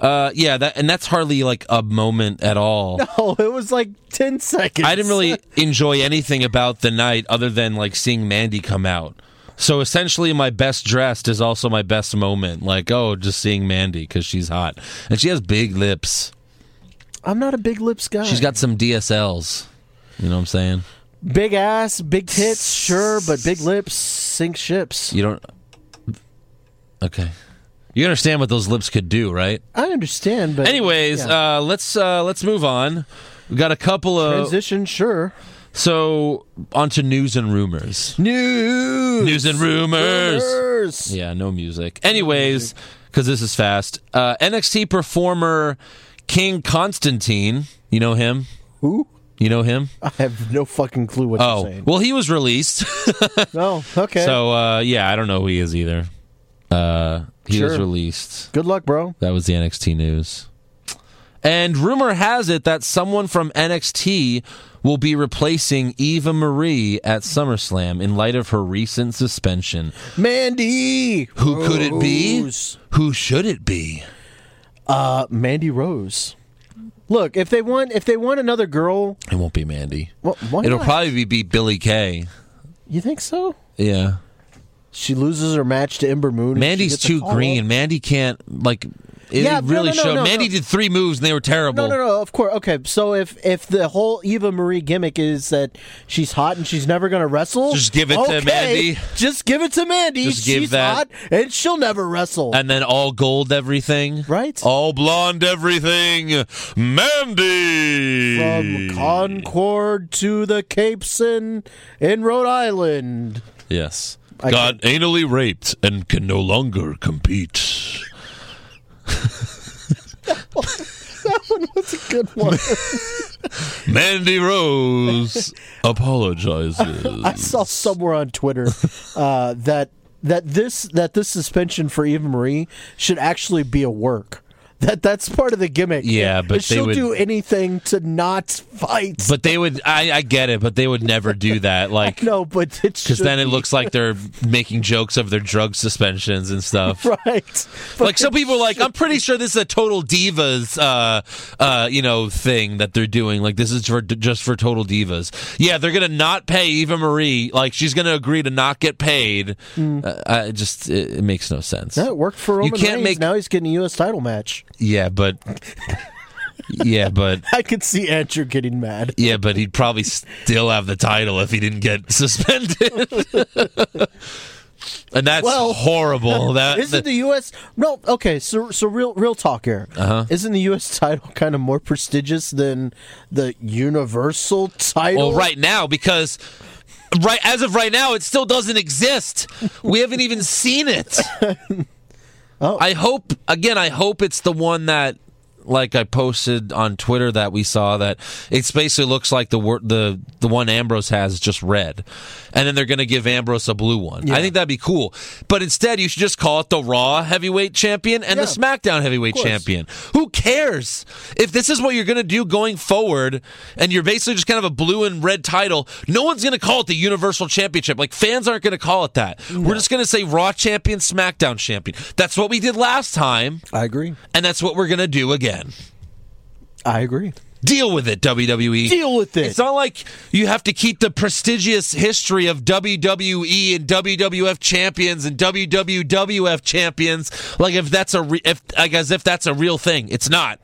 D: Uh, yeah, that and that's hardly like a moment at all.
E: oh, it was like ten seconds.
D: I didn't really enjoy anything about the night other than like seeing Mandy come out. So essentially, my best dressed is also my best moment. Like, oh, just seeing Mandy because she's hot and she has big lips.
E: I'm not a big lips guy.
D: She's got some DSLs. You know what I'm saying?
E: Big ass, big tits, sure, but big lips sink ships.
D: You don't. Okay, you understand what those lips could do, right?
E: I understand, but
D: Anyways,
E: yeah.
D: uh, let's uh, let's move on. We got a couple of
E: transition, sure.
D: so onto news and rumors.
E: News,
D: News and rumors.
E: Rumors.
D: Yeah, no music. Anyways, because this is fast. Uh, NXT performer King Constantine, you know him?
E: Who?
D: You know him?
E: I have no fucking clue what you're
D: Oh,
E: saying.
D: well, he was released.
E: oh, okay.
D: so, uh, yeah, I don't know who he is either. Uh, he was
E: Sure.
D: released.
E: good luck, bro.
D: That was the NXT news. And rumor has it that someone from NXT will be replacing Eva Marie at SummerSlam in light of her recent suspension.
E: Mandy.
D: Who could it be?
E: Rose.
D: Who should it be?
E: Uh, Mandy Rose. Look, if they want, if they want another girl,
D: It won't be Mandy.
E: well, why
D: It'll
E: not?
D: probably be, be Billy Kay.
E: you think so?
D: Yeah.
E: She loses her match to Ember Moon. and she
D: Mandy's
E: gets a
D: too
E: call-up.
D: green. Mandy can't like it
E: Yeah, no,
D: really
E: no, no,
D: showed.
E: no,
D: Mandy
E: no.
D: did three moves and they were terrible.
E: No, no, no. Of course. Okay. So if if the whole Eva Marie gimmick is that she's hot and she's never going to wrestle,
D: Just give it to
E: okay,
D: Mandy.
E: Just give it to Mandy.
D: Just give
E: she's
D: that-
E: hot and she'll never wrestle.
D: And then all gold everything.
E: Right.
D: All blonde everything. Mandy.
E: From Concord to the Capes in in Rhode Island.
D: yes.
E: I
D: Got anally raped and can no longer compete.
E: Good one.
D: Mandy Rose apologizes.
E: I saw somewhere on Twitter uh, that that this that this suspension for Eva Marie should actually be a work. That that's part of the gimmick.
D: Yeah, but
E: she'll
D: they would-
E: do anything to not fight.
D: But they would. I, I get it, but they would never do that. Like
E: no, but it's
D: because then it looks like they're making jokes of their drug suspensions and stuff.
E: right. But
D: Like some people are like, I'm pretty sure this is a total divas, uh, uh, you know, thing that they're doing. Like this is for just for total divas. Yeah, they're gonna not pay Eva Marie. Like she's gonna agree to not get paid. Uh, I just it, it makes no sense.
E: that Hmm. worked for Roman
D: can't
E: Reigns.
D: make-
E: Now he's getting a U.S. title match.
D: Yeah, but yeah, but
E: I could see Andrew getting mad.
D: yeah, but he'd probably still have the title if he didn't get suspended. and that's
E: Well,
D: horrible. That
E: Isn't the U.S. No, okay. So, so real, real talk here. Uh-huh. Isn't the U.S. title kind of more prestigious than the Universal title?
D: Well, Oh, right now because right as of right now, it still doesn't exist. We haven't even seen it.
E: Oh.
D: I hope again. I hope it's the one that. Like I posted on Twitter that we saw that it's basically looks like the wor- the the one Ambrose has is just red, and then they're gonna give Ambrose a blue one. I think that'd be cool. But instead, you should just call it the Raw Heavyweight Champion and
E: Yeah.
D: the SmackDown Heavyweight
E: course.
D: Champion champion. Who cares? If this is what you're going to do going forward and you're basically just kind of a blue and red title, no one's going to call it the Universal Championship. Like, fans aren't going to call it that. We're just going to say Raw Champion, SmackDown Champion. That's what we did last time,
E: I agree.
D: and that's what we're going to do again.
E: I agree.
D: Deal with it, WWE.
E: Deal with it.
D: It's not like you have to keep the prestigious history of WWE and WWF champions and WWWF champions. Like if that's a re- if like as if that's a real thing. It's not.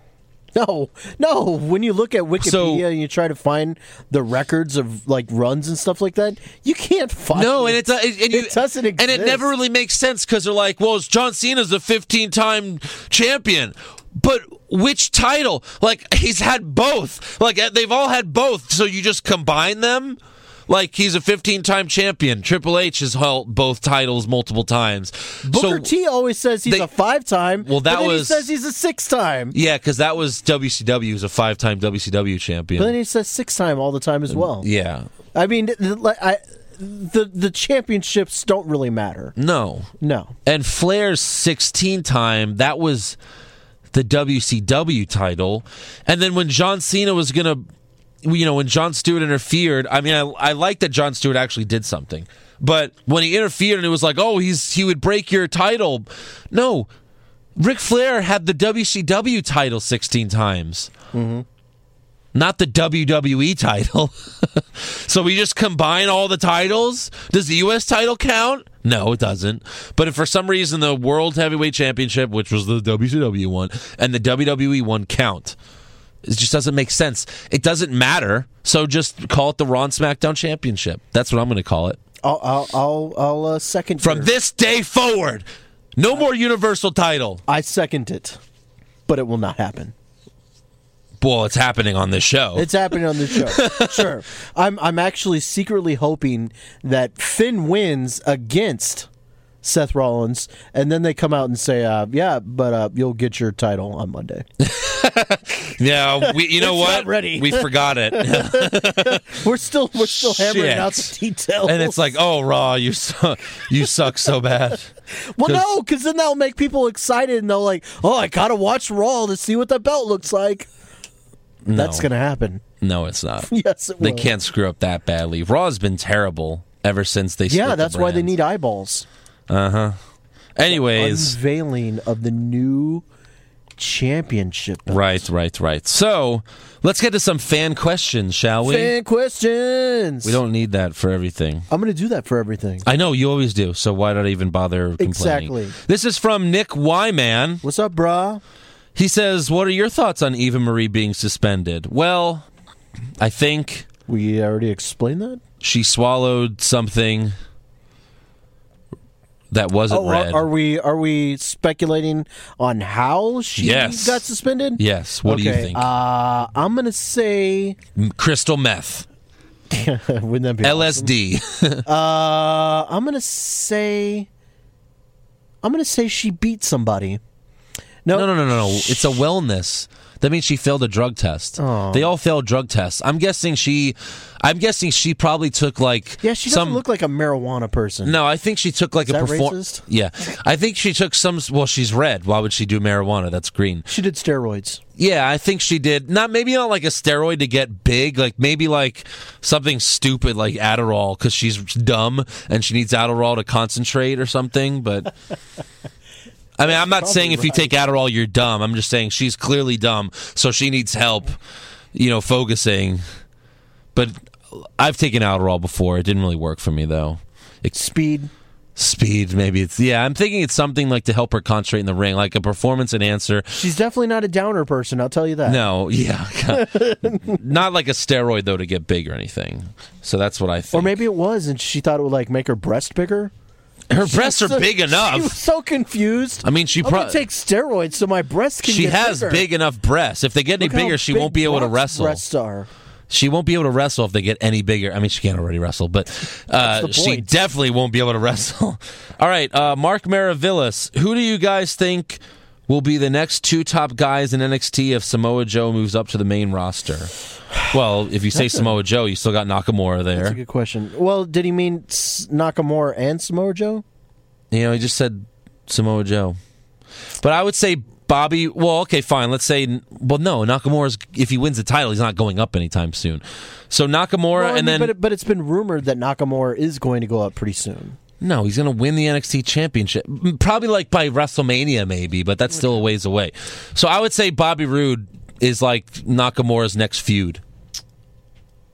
E: No, no. When you look at Wikipedia
D: So-
E: and you try to find the records of like runs and stuff like that, you can't find.
D: No, and
E: it.
D: it's uh, it, and you,
E: It doesn't
D: and it never
E: exist.
D: really makes sense because they're like, well, it's John Cena's a 15 time champion, but which title? Like he's had both. Like uh, they've all had both, so you just combine them. Like he's a 15 time champion. Triple H has held both titles multiple times.
E: Booker
D: so,
E: T always says he's
D: they-
E: a five time.
D: Well, that
E: but then
D: was-
E: he says he's a six time.
D: Yeah, because that was WCW. He's a five time WCW
E: But then
D: champion.
E: he says six time all the time as well.
D: Yeah.
E: I mean, th- th- like, I, the the championships don't really matter.
D: No.
E: No.
D: and Flair's 16 time, that was the WCW title. And then when John Cena was going to, you know, when John Stewart interfered, I mean, I, I like that John Stewart actually did something. But when he interfered and it was like, oh, he's he would break your title. No, Ric Flair had the WCW title 16 times. Not the WWE title. so we just combine all the titles? Does the US title count? No, it doesn't. But if for some reason the World Heavyweight Championship, which was the WCW one, and the WWE one count, it just doesn't make sense. It doesn't matter. So just call it the Raw and SmackDown Championship. That's what I'm going to call it.
E: I'll I'll I'll, I'll uh, second
D: From
E: your-
D: this day forward, no more Universal title.
E: I second it, but it will not happen.
D: Well, it's happening on this show.
E: It's happening on the show. sure, I'm I'm actually secretly hoping that Finn wins against Seth Rollins, and then they come out and say, uh, "Yeah, but uh, you'll get your title on Monday."
D: yeah, we, you know
E: It's
D: what?
E: not ready.
D: We forgot it.
E: We're still we're still hammering
D: Shit.
E: out the details,
D: and it's like, oh, Raw, you su- you suck so bad.
E: well, no, because then that'll make people excited, and they'll like, "Oh, I gotta watch Raw to see what that belt looks like." That's gonna happen.
D: No, it's not.
E: Yes, it
D: They
E: will.
D: can't screw up that badly. Raw's been terrible ever since they.
E: Yeah,
D: split
E: that's
D: the
E: why they
D: brands.
E: need eyeballs.
D: Anyways,
E: Unveiling of the new championship. belt.
D: right, right, right. So let's get to some fan questions, shall we?
E: Fan questions.
D: We don't need that for everything.
E: I'm going to do that for everything.
D: I know you always do. So why not even bother complaining?
E: Exactly.
D: This is from Nick Wyman.
E: What's up, brah?
D: He says, "What are your thoughts on Eva Marie being suspended?" Well, I think
E: We already explained that.
D: she swallowed something that wasn't
E: Oh, are,
D: red.
E: are we are we speculating on how she
D: Yes.
E: got suspended?
D: yes. What do you
E: Okay,
D: think?
E: Uh, I'm going to say
D: M- Crystal meth,
E: wouldn't that be
D: LSD.
E: Uh, I'm gonna say. I'm gonna say she beat somebody. No,
D: no, no, no, no, no. It's a wellness. That means she failed a drug test.
E: Oh.
D: They all failed drug tests. I'm guessing she, I'm guessing she probably took like
E: Yeah, she doesn't
D: some
E: look like a marijuana person.
D: no, I think she took like
E: Is
D: a
E: that
D: perform.
E: racist?
D: Yeah, I think she took some. Well, she's red. Why would she do marijuana? That's green.
E: She did steroids.
D: Yeah, I think she did. Not maybe not like a steroid to get big. Like maybe like something stupid like Adderall because she's dumb and she needs Adderall to concentrate or something. But I mean, I'm not saying if you take Adderall you're dumb. I'm just saying she's clearly dumb, so she needs help. You know, focusing. But I've taken Adderall before. It didn't really work for me though.
E: Speed.
D: Speed, maybe it's yeah. I'm thinking it's something like to help her concentrate in the ring, like a performance enhancer.
E: She's definitely not a downer person, I'll tell you that.
D: No, yeah, not like a steroid though to get big or anything. So that's what I think.
E: Or maybe it was and she thought it would like make her breast bigger.
D: her breasts are
E: So-
D: big
E: She
D: enough.
E: was so confused.
D: I mean, she
E: I'm gonna
D: probably
E: take steroids so my breasts can
D: she
E: get
D: has
E: bigger.
D: big enough breasts. If they get any
E: Look how
D: bigger, she
E: big
D: won't be able to
E: Brock's
D: wrestle.
E: Breasts are.
D: She won't be able to wrestle if they get any bigger. I mean, she can't already wrestle, but uh,
E: the
D: she
E: point.
D: definitely won't be able to wrestle. All right, uh, Mark Maravillas. Who do you guys think will be the next two top guys in NXT if Samoa Joe moves up to the main roster? Well, if you say Samoa Joe, you still got Nakamura there.
E: That's a good question. Well, did he mean S- Nakamura and Samoa Joe?
D: You know, he just said Samoa Joe. But I would say Bobby. Well, okay, fine. Let's say. Well, no, Nakamura's. If he wins the title, he's not going up anytime soon. So Nakamura,
E: Well, I mean,
D: and then
E: but, it, but it's been rumored that Nakamura is going to go up pretty soon.
D: no, he's going to win the NXT Championship. M- Probably like by WrestleMania, maybe. But that's still a ways away. So I would say Bobby Roode is like Nakamura's next feud.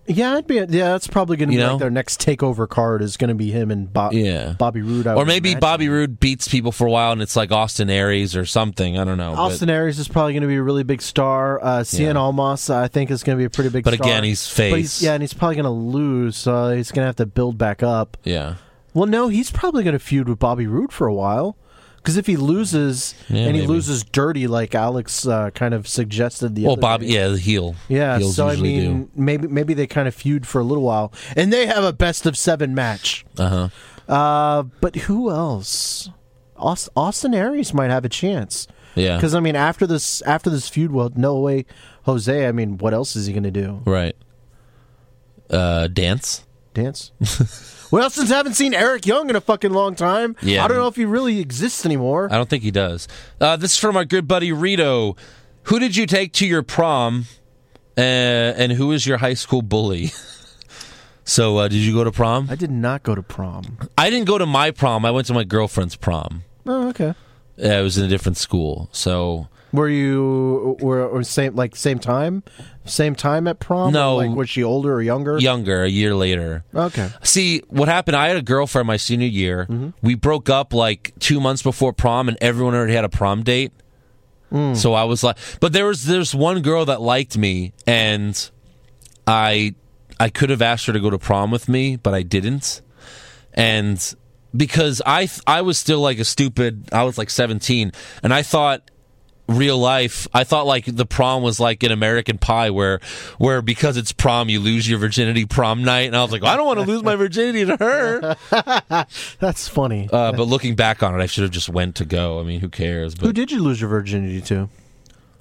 E: Yeah, I'd be. Yeah, that's probably going to
D: You
E: be
D: know?
E: like their next takeover card is going to be him and Bob.
D: Yeah.
E: Bobby Roode. I
D: Or
E: would
D: maybe
E: imagine.
D: Bobby Roode beats people for a while, and it's like Austin Aries or something. I don't know. but-
E: Austin Aries is probably going to be a really big star. Uh, Cien
D: Yeah.
E: Almas, I think, is going to be a pretty big.
D: But
E: star.
D: again, he's
E: But
D: face.
E: he's, yeah, and he's probably going to lose, so he's going to have to build back up.
D: yeah.
E: Well, no, he's probably going to feud with Bobby Roode for a while. Because if he loses,
D: Yeah,
E: and he
D: maybe.
E: loses dirty, like Alex uh, kind of suggested the
D: Well,
E: other
D: Bobby.
E: day.
D: Yeah, the heel.
E: yeah.
D: Heels
E: So I
D: usually do.
E: mean, maybe maybe they kind of feud for a little while, and they have a best of seven match.
D: Uh-huh.
E: Uh, but who else? Aus- Austin Aries might have a chance.
D: Yeah.
E: Because I mean, after this, after this feud, well, no way, Jose. I mean, what else is he going to do?
D: Right. Uh, dance.
E: Dance. well, since I haven't seen Eric Young in a fucking long time,
D: Yeah.
E: I don't know if he really exists anymore.
D: I don't think he does. Uh, this is from our good buddy Rito. Who did you take to your prom, uh, and who is your high school bully? so, uh, did you go to prom?
E: I did not go to prom.
D: I didn't go to my prom. I went to my girlfriend's prom.
E: Oh, okay.
D: Uh, I was in a different school, so
E: Were you were or same like same time, same time at prom?
D: No.
E: Or, like was she older or younger?
D: younger, a year later.
E: Okay.
D: See, what happened, I had a girlfriend my senior year. We broke up like two months before prom, and everyone already had a prom date. So I was like, but there was there's one girl that liked me, and I I could have asked her to go to prom with me, but I didn't, and because I th- I was still like a stupid, I was like 17, and I thought real life i thought like the prom was like an american pie where where because it's prom you lose your virginity prom night and i was like i don't want to lose my virginity to her
E: That's funny.
D: uh, but looking back on it i should have just went to go i mean who cares
E: Who
D: but
E: did you lose your virginity to?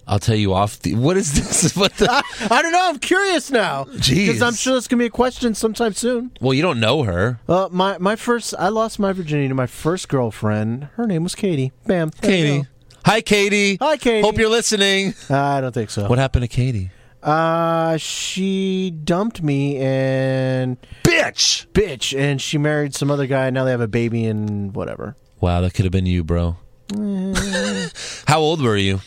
D: i'll tell you off the what is this what the
E: I don't know. I'm curious now.
D: Jeez.
E: Because I'm sure this can be a question sometime soon.
D: well you don't know her
E: Uh, my my first, I lost my virginity to my first girlfriend. Her name was Katie. Bam. There you
D: katie hi katie
E: Hi, Katie.
D: hope you're listening
E: go. I don't think so.
D: what happened to katie
E: Uh, she dumped me and
D: bitch
E: bitch, and she married some other guy. And now they have a baby and whatever.
D: wow that could have been you bro how old were you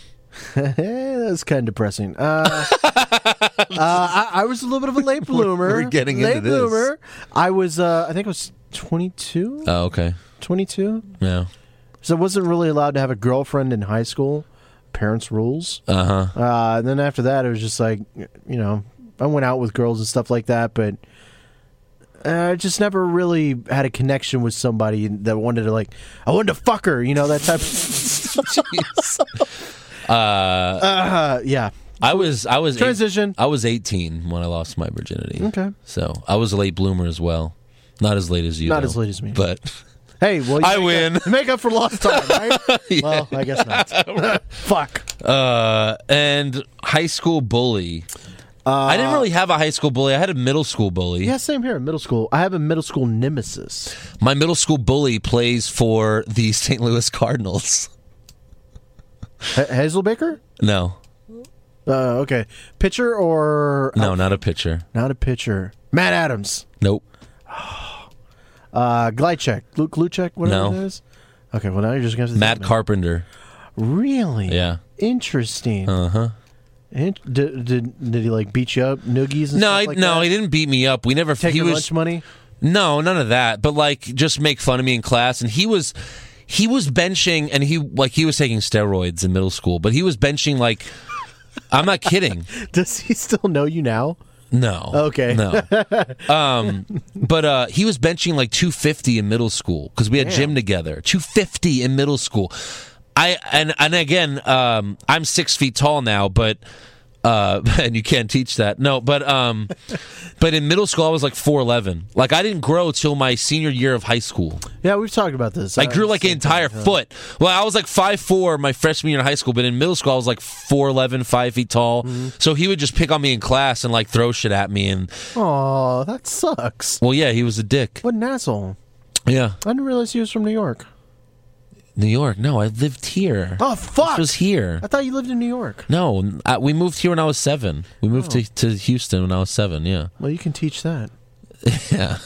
E: Eh, that's kind of depressing. Uh, uh, I, I was a little bit of a late bloomer.
D: we're getting
E: late
D: into this.
E: bloomer. I was, uh, I think I was 22,
D: oh okay
E: 22.
D: yeah
E: So I wasn't really allowed to have a girlfriend in high school. Parents' rules.
D: uh-huh
E: Uh, and then after that, it was just like, you know, I went out with girls and stuff like that, but uh, I just never really had a connection with somebody that wanted to like, I wanted to fuck her, you know, that type. uh, yeah.
D: I was I was eight-
E: Transition.
D: I was 18 when I lost my virginity.
E: Okay.
D: So I was a late bloomer as well. Not as late as you.
E: Not
D: though.
E: as late as me.
D: But
E: Hey, well, you
D: I
E: make
D: win.
E: Up, you make up for lost time, right? Well, I guess not. Fuck.
D: Uh, and high school bully. I didn't really have a high school bully. I had a middle school bully.
E: Yeah, same here. in Middle school. I have a middle school nemesis.
D: My middle school bully plays for the St. Louis Cardinals.
E: H- Hazel Baker?
D: No,
E: Uh, okay. Pitcher or uh,
D: no, not a pitcher.
E: not a pitcher. Matt Adams.
D: Nope.
E: Uh, Glychek. Luke Gluchek, whatever
D: No.
E: it is. Okay, well now you're just gonna have to
D: Matt
E: tell me.
D: Carpenter.
E: Really?
D: Yeah. Uh-huh.
E: Interesting. Uh huh. did, did did he like beat you up, noogies? And
D: No,
E: stuff
D: I,
E: like
D: no,
E: that?
D: he didn't beat me up. We never.
E: Take
D: he
E: your
D: was
E: lunch money.
D: no, none of that. But like, just make fun of me in class. And he was, he was benching, and he like he was taking steroids in middle school. But he was benching like, I'm not kidding.
E: Does he still know you now?
D: No.
E: Okay.
D: No. Um, but uh, he was benching like 250 in middle school because we had gym together. 250 in middle school. I and and again, um, I'm six feet tall now, but uh, and you can't teach that. No, but um, but in middle school I was like 4'11. Like I didn't grow till my senior year of high school.
E: Yeah, we've talked about this. Uh,
D: I grew like an entire foot. Well, I was like five four my freshman year in high school, but in middle school I was like 4'11", 5 feet tall. So he would just pick on me in class and like throw shit at me. And
E: Oh, that sucks.
D: well, yeah, he was a dick.
E: What an asshole!
D: Yeah,
E: I didn't realize he was from New York.
D: New York. No, I lived here.
E: Oh fuck!
D: This was here.
E: I thought you lived in New York.
D: No, I, we moved here when I was seven. We moved
E: Oh.
D: to, to Houston when I was seven. Yeah,
E: Well, you can teach that.
D: yeah.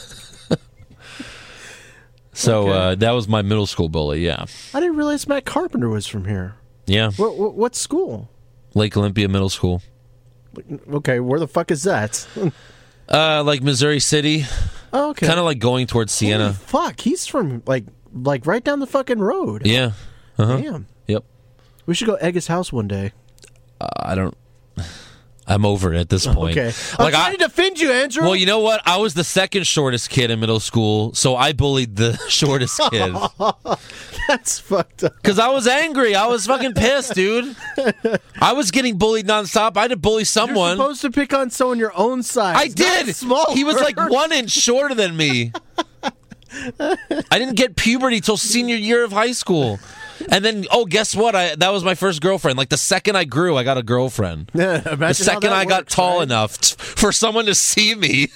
D: so
E: Okay.
D: uh, that was my middle school bully. Yeah,
E: I didn't realize Matt Carpenter was from here.
D: yeah.
E: What, what, what school?
D: Lake Olympia Middle School,
E: Okay, where the fuck is that?
D: uh, like Missouri City,
E: Oh, okay.
D: kind of like going towards
E: Holy
D: Siena.
E: Fuck, he's from like like right down the fucking road.
D: Yeah. Uh-huh.
E: Damn.
D: Yep.
E: We should go egg his house one day.
D: I don't. I'm over it at this point.
E: Oh, Okay. I'm
D: Like
E: trying
D: I.
E: to defend you, Andrew.
D: Well, you know what? I was the second shortest kid in middle school, so I bullied the shortest kid
E: That's fucked up.
D: because I was angry. I was fucking pissed, dude. I was getting bullied nonstop. I had to bully
E: You're
D: someone.
E: supposed to pick on someone your own size.
D: I
E: not
D: did.
E: Small.
D: He was like
E: bird.
D: one inch shorter than me. I didn't get puberty till senior year of high school. And then, oh, guess what? I that was my first girlfriend. Like the second I grew, I got a girlfriend.
E: Yeah, imagine how
D: the second
E: that
D: I got
E: works,
D: tall
E: right?
D: enough t- for someone to see me.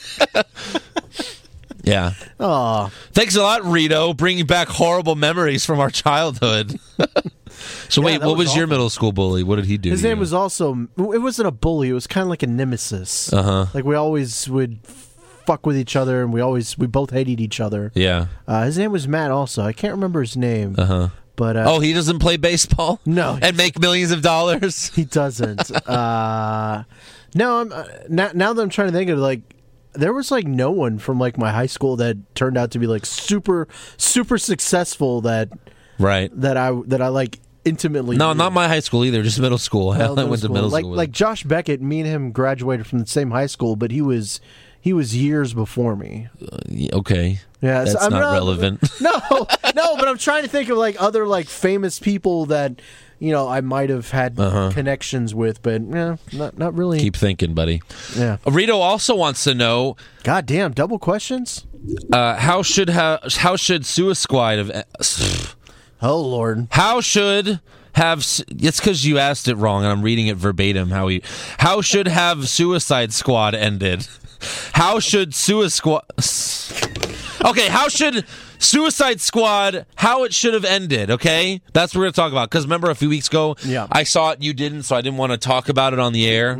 D: yeah.
E: Aw.
D: Thanks a lot, Rito, bringing back horrible memories from our childhood. so wait,
E: that
D: what was,
E: was
D: your
E: awful.
D: middle school bully? What did he do?
E: His
D: to
E: name
D: you?
E: was also. It wasn't a bully. It was kind of like a nemesis. Uh
D: Uh-huh.
E: huh. Like we always would fuck with each other, and we always we both hated each other.
D: Yeah.
E: Uh, his name was Matt. Also, I can't remember his name. Uh huh. But uh,
D: Oh, he doesn't play baseball?
E: No.
D: And make millions of dollars?
E: He doesn't. uh, no, I'm uh, now, now that I'm trying to think of like, there was like no one from like my high school that turned out to be like super super successful that
D: Right.
E: that I that I like intimately.
D: No,
E: knew.
D: not my high school either. Just middle school. I
E: Well,
D: only went to middle
E: Oh, like
D: school.
E: like Josh Beckett. Me and him graduated from the same high school, but he was he was years before me.
D: Yeah, okay.
E: Yeah, so
D: that's
E: I'm
D: not
E: not-
D: relevant.
E: No, no, but I'm trying to think of like other like famous people that you know I might have had connections with, but yeah, not not really.
D: Uh-huh. Keep thinking, buddy.
E: yeah.
D: Rito also wants to know
E: God damn, double questions?
D: uh, how should ha- how should Suicide have
E: Oh Lord.
D: how should have s- it's because you asked it wrong and I'm reading it verbatim how he how should have Suicide Squad ended how should Suicide Squad okay how should Suicide Squad how it should have ended okay that's what we're gonna talk about because remember a few weeks ago
E: Yeah.
D: I saw it you didn't so I didn't want to talk about it on the air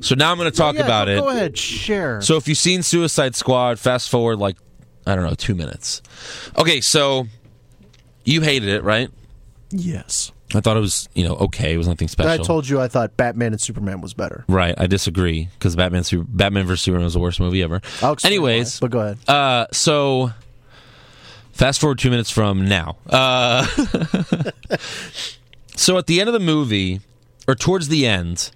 D: so now I'm gonna talk
E: Mm-hmm. Oh, Yeah,
D: about
E: go,
D: it
E: Go ahead, share.
D: so if you've seen Suicide Squad, fast forward like I don't know, two minutes. Okay, so you hated it, right?
E: yes.
D: I thought it was you know okay. It was nothing special.
E: I told you I thought Batman and Superman was better.
D: right. I disagree because Batman Su- Batman vs Superman was the worst movie ever.
E: I'll explain
D: Anyways,
E: why, but go ahead.
D: uh, so fast forward two minutes from now. Uh, so at the end of the movie, or towards the end,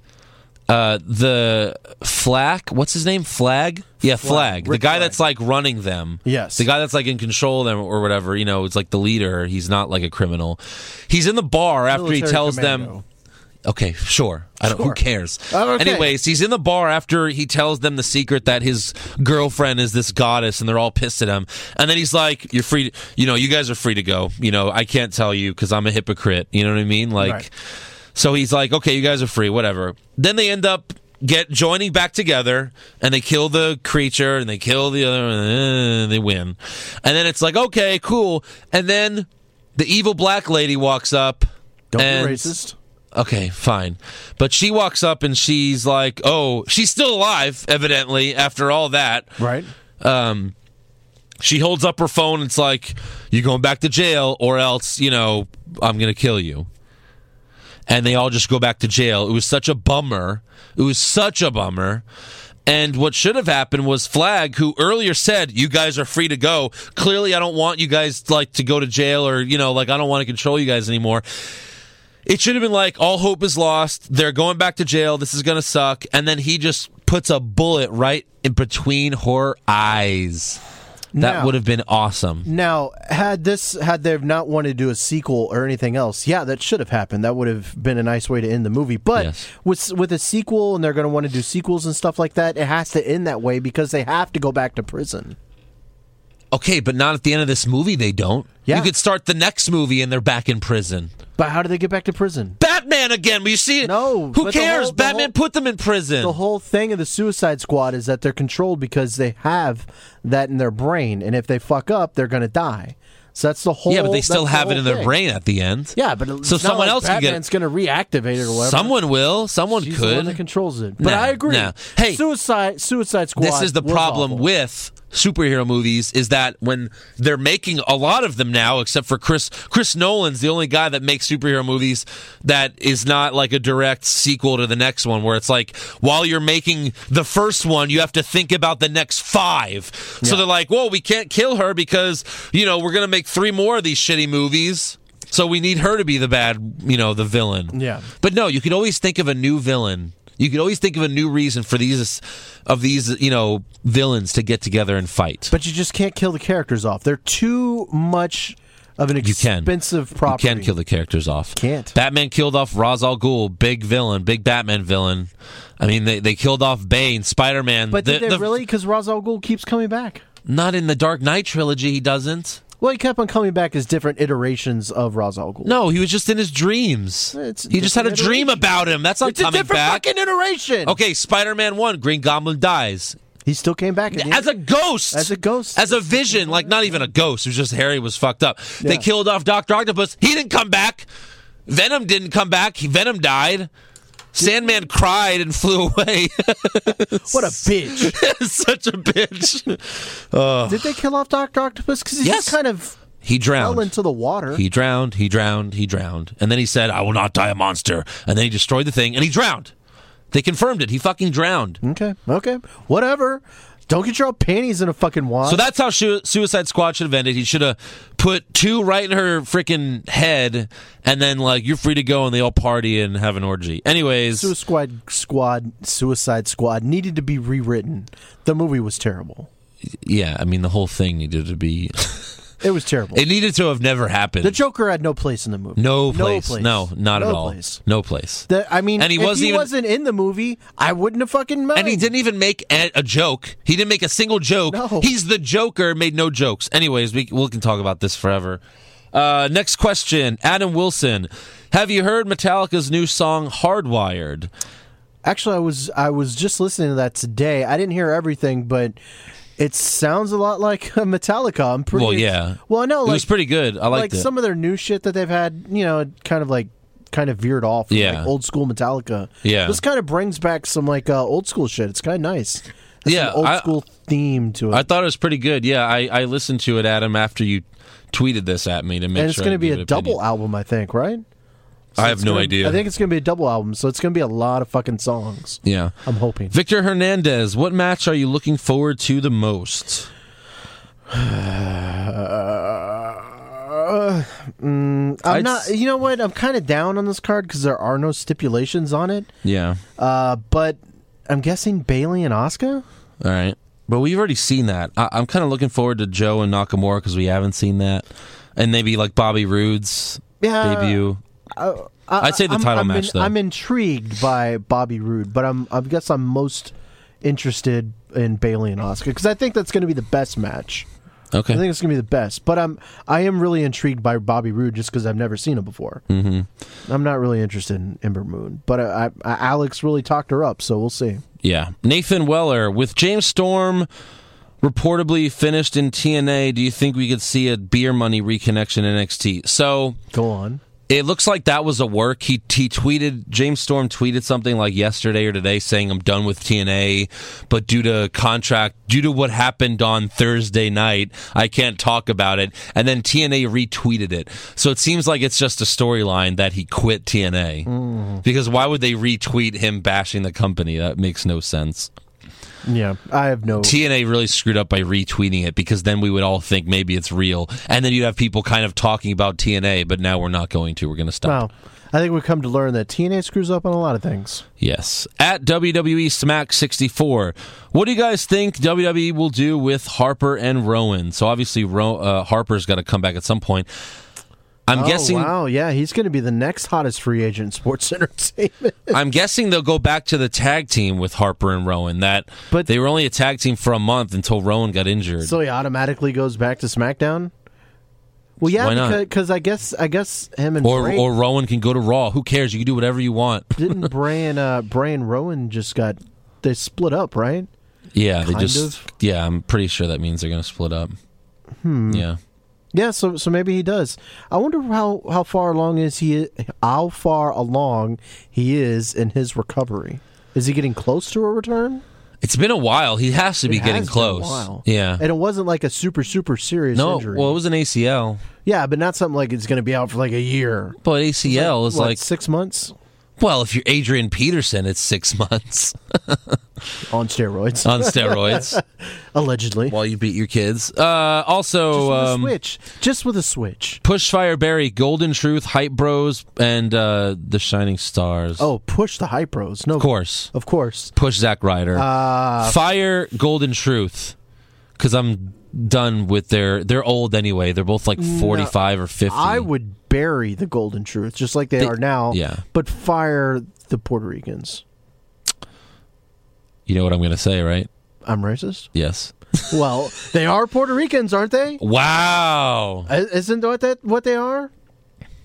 D: uh, the Flack, what's his name? Flag? Yeah, Flag. The
E: Rick
D: guy
E: Flag.
D: that's like running them.
E: Yes.
D: The guy that's like in control of them or whatever, you know, it's like the leader. He's not like a criminal. He's in the bar after he
E: Military
D: tells them.
E: commando.
D: Okay, sure. I don't. Who
E: Sure.
D: cares?
E: Oh, okay.
D: Anyways, he's in the bar after he tells them the secret that his girlfriend is this goddess, and they're all pissed at him. And then he's like, "You're free. To, you know, you guys are free to go. You know, I can't tell you because I'm a hypocrite. You know what I mean? Like,
E: Right.
D: so he's like, okay, you guys are free. Whatever. Then they end up get joining back together, and they kill the creature, and they kill the other, and they win. And then it's like, okay, cool. And then the evil black lady walks up.
E: Don't
D: and
E: be racist.
D: Okay, fine. But she walks up and she's like, "Oh, she's still alive, evidently after all that."
E: Right.
D: Um, she holds up her phone. It's like, "You're going back to jail, or else, you know, I'm gonna kill you." And they all just go back to jail. It was such a bummer. It was such a bummer. And what should have happened was Flag, who earlier said, "You guys are free to go." Clearly, I don't want you guys like to go to jail, or you know, like I don't want to control you guys anymore it should have been like all hope is lost they're going back to jail this is gonna suck and then he just puts a bullet right in between her eyes that
E: Now-
D: would have been awesome
E: Now, had this had they not wanted to do a sequel or anything else, yeah, that should have happened. That would have been a nice way to end the movie. But
D: Yes.
E: with with a sequel, and they're going to want to do sequels and stuff like that, it has to end that way because they have to go back to prison.
D: okay but not at the end of this movie they don't
E: Yeah.
D: you could start the next movie and they're back in prison
E: But how do they get back to prison?
D: batman again will you see it
E: No, but
D: who
E: the
D: cares
E: whole- the
D: batman
E: whole-
D: put them in prison
E: The whole thing of the Suicide Squad is that they're controlled because they have that in their brain, and if they fuck up, they're going to die. So that's the whole.
D: yeah but they still
E: that's the
D: have it
E: whole
D: in their
E: thing.
D: brain at the end
E: Yeah, but it's
D: So
E: not
D: someone
E: like
D: else can get-
E: Batman's going to reactivate it or whatever.
D: someone will someone
E: She's
D: could
E: the one that controls it. But
D: Nah,
E: I agree.
D: nah. Hey,
E: Suicide Suicide Squad.
D: this is the
E: was
D: problem
E: awful.
D: with superhero movies is that when they're making a lot of them now except for Chris Chris Nolan's the only guy that makes superhero movies that is not like a direct sequel to the next one where it's like while you're making the first one you have to think about the next 5 so they're like whoa we can't kill her because you know we're going to make three more of these shitty movies so we need her to be the bad you know the villain
E: Yeah.
D: but no, you could always think of a new villain. You could always think of a new reason for these of these, you know, villains to get together and fight.
E: But you just can't kill the characters off. They're too much of an
D: you can.
E: expensive property.
D: You can kill the characters off.
E: Can't.
D: Batman killed off Ra's al Ghul, big villain, big Batman villain. I mean, they, they killed off Bane, Spider Man.
E: But did they really? Because Ra's al Ghul keeps coming back.
D: Not in the Dark Knight trilogy, he doesn't.
E: Well, he kept on coming back as different iterations of Ra's al Ghul.
D: No, he was just in his dreams.
E: It's a
D: he just had a
E: different
D: dream
E: iteration.
D: about him. That's not
E: it's a
D: coming
E: different
D: back.
E: fucking iteration.
D: okay, Spider Man 1, Green Goblin dies.
E: he still came back at the
D: as
E: end.
D: a ghost,
E: As a ghost.
D: as a vision, like not even a ghost. It was just Harry was fucked up. They
E: Yeah.
D: killed off Doctor Octopus. He didn't come back. Venom didn't come back. He- Venom died. Sandman cried and flew away.
E: what a bitch.
D: Such a bitch.
E: did they kill off Doctor Octopus? Because he
D: Yes.
E: just kind of
D: He
E: fell
D: drowned.
E: into the water.
D: He drowned. He drowned. He drowned. And then he said, "I will not die a monster." And then he destroyed the thing, and he drowned. They confirmed it. He fucking drowned.
E: okay. Okay. Whatever. Don't get your own panties in a fucking wad.
D: So that's how Shu- Suicide Squad should have ended. He should have put two right in her freaking head, and then like you're free to go, and they all party and have an orgy. Anyways,
E: Suicide Squad, Suicide Squad needed to be rewritten. The movie was terrible.
D: yeah, I mean the whole thing needed to be.
E: It was terrible.
D: it needed to have never happened.
E: the Joker had no place in the movie.
D: no place. No, not
E: No
D: at all.
E: place.
D: No place.
E: The- I mean,
D: And he
E: if
D: wasn't
E: he
D: even-
E: wasn't in the movie, I wouldn't have fucking mind.
D: and he didn't even make a, a joke. He didn't make a single joke.
E: No.
D: He's the Joker. Made no jokes. Anyways, we we can talk about this forever. Uh, next question, Adam Wilson. Have you heard Metallica's new song "Hardwired"?
E: Actually, I was I was just listening to that today. I didn't hear everything, but it sounds a lot like Metallica. I'm pretty.
D: Well, yeah.
E: Well, no,
D: it
E: like
D: was pretty good. I
E: like
D: liked it.
E: some of their new shit that they've had, you know, it kind of like kind of veered off from,
D: Yeah.
E: like old school Metallica.
D: Yeah.
E: This kind of brings back some like uh, old school shit. It's kind of nice. Has
D: Yeah,
E: some old
D: I-
E: school theme to it.
D: I thought it was pretty good. Yeah, I, I listened to it, Adam, after you tweeted this at me to make
E: and it's
D: sure.
E: going to
D: I
E: be
D: give
E: a
D: an
E: double
D: opinion.
E: album, I think, right?
D: I have
E: It's
D: no
E: gonna-
D: idea.
E: I think it's going to be a double album, so it's going to be a lot of fucking songs.
D: Yeah.
E: I'm hoping.
D: Victor Hernandez, what match are you looking forward to the most?
E: Uh, mm, I'm
D: I'd
E: not.
D: s-
E: You know what? I'm kind of down on this card because there are no stipulations on it.
D: Yeah.
E: Uh, but I'm guessing Bailey and Oscar.
D: All right. But we've already seen that. I, I'm kind of looking forward to Joe and Nakamura because we haven't seen that, and maybe like Bobby Roode's
E: Yeah.
D: debut. I'd say the
E: I'm-
D: title
E: I'm
D: match
E: in-
D: though.
E: I'm intrigued by Bobby Roode, but I'm I guess I'm most interested in Bailey and Oscar because I think that's going to be the best match. I
D: okay.
E: think it's going to be the best, but I'm I am really intrigued by Bobby Roode just because I've never seen him before. Mm-hmm. I'm not really interested in Ember Moon, but I, I, Alex really talked her up, so we'll see.
D: Yeah. Nathan Weller with James Storm reportedly finished in TNA. Do you think we could see a beer money reconnection in NXT? So
E: Go on.
D: It looks like that was a work. He he tweeted James Storm tweeted something like yesterday or today saying I'm done with TNA, but due to contract, due to what happened on Thursday night, I can't talk about it. And then TNA retweeted it. So it seems like it's just a storyline that he quit TNA. Because why would they retweet him bashing the company? That makes no sense.
E: Yeah, I have no.
D: TNA really screwed up by retweeting it because then we would all think maybe it's real. And then you'd have people kind of talking about TNA, but now we're not going to. We're going to stop.
E: Wow. I think we've come to learn that TNA screws up on a lot of things.
D: Yes. At WWE Smack 64. What do you guys think WWE will do with Harper and Rowan? So obviously, Ro- uh, Harper's got to come back at some point. I'm
E: Oh,
D: guessing.
E: Wow, yeah, he's going to be the next hottest free agent in sports entertainment.
D: I'm guessing they'll go back to the tag team with Harper and Rowan. That,
E: But-
D: they were only a tag team for a month until Rowan got injured.
E: so he automatically goes back to SmackDown. Well, yeah,
D: Why not?
E: because 'cause I guess I guess him and
D: or
E: Bray,
D: or Rowan can go to Raw. Who cares? You can do whatever you want.
E: didn't Bray and uh, Bray and Rowan just got they split up, right?
D: Yeah, they
E: Kind
D: just.
E: of.
D: Yeah, I'm pretty sure that means they're going to split up. Hmm. Yeah.
E: Yeah, so so maybe he does. I wonder how how far along is he? How far along he is in his recovery? Is he getting close to a return?
D: It's been a while. He has to be
E: It has
D: getting
E: been a
D: close.
E: while.
D: Yeah.
E: and it wasn't like a super super serious
D: no,
E: injury.
D: well, it was an ACL.
E: yeah, but not something like it's going to be out for like a year.
D: But ACL is
E: What,
D: like,
E: six months
D: well, if you're Adrian Peterson, it's six months
E: on steroids,
D: on steroids
E: allegedly.
D: while you beat your kids. Uh, also,
E: Just with a
D: um,
E: switch, just with a switch.
D: Push Fire Barry, Golden Truth, Hype Bros, and uh, The Shining Stars.
E: Oh, push the hype bros. No,
D: of course.
E: of course.
D: Push Zack Ryder.
E: Ah.
D: Fire Golden Truth, because I'm done with their. They're old anyway. They're both like 45 or 50.
E: I would bury the golden truth just like they,
D: They-
E: are now.
D: yeah.
E: but fire the Puerto Ricans.
D: You know what I'm going to say, right?
E: I'm racist.
D: Yes.
E: well, they are Puerto Ricans, aren't they?
D: Wow.
E: I- Isn't what that what they are?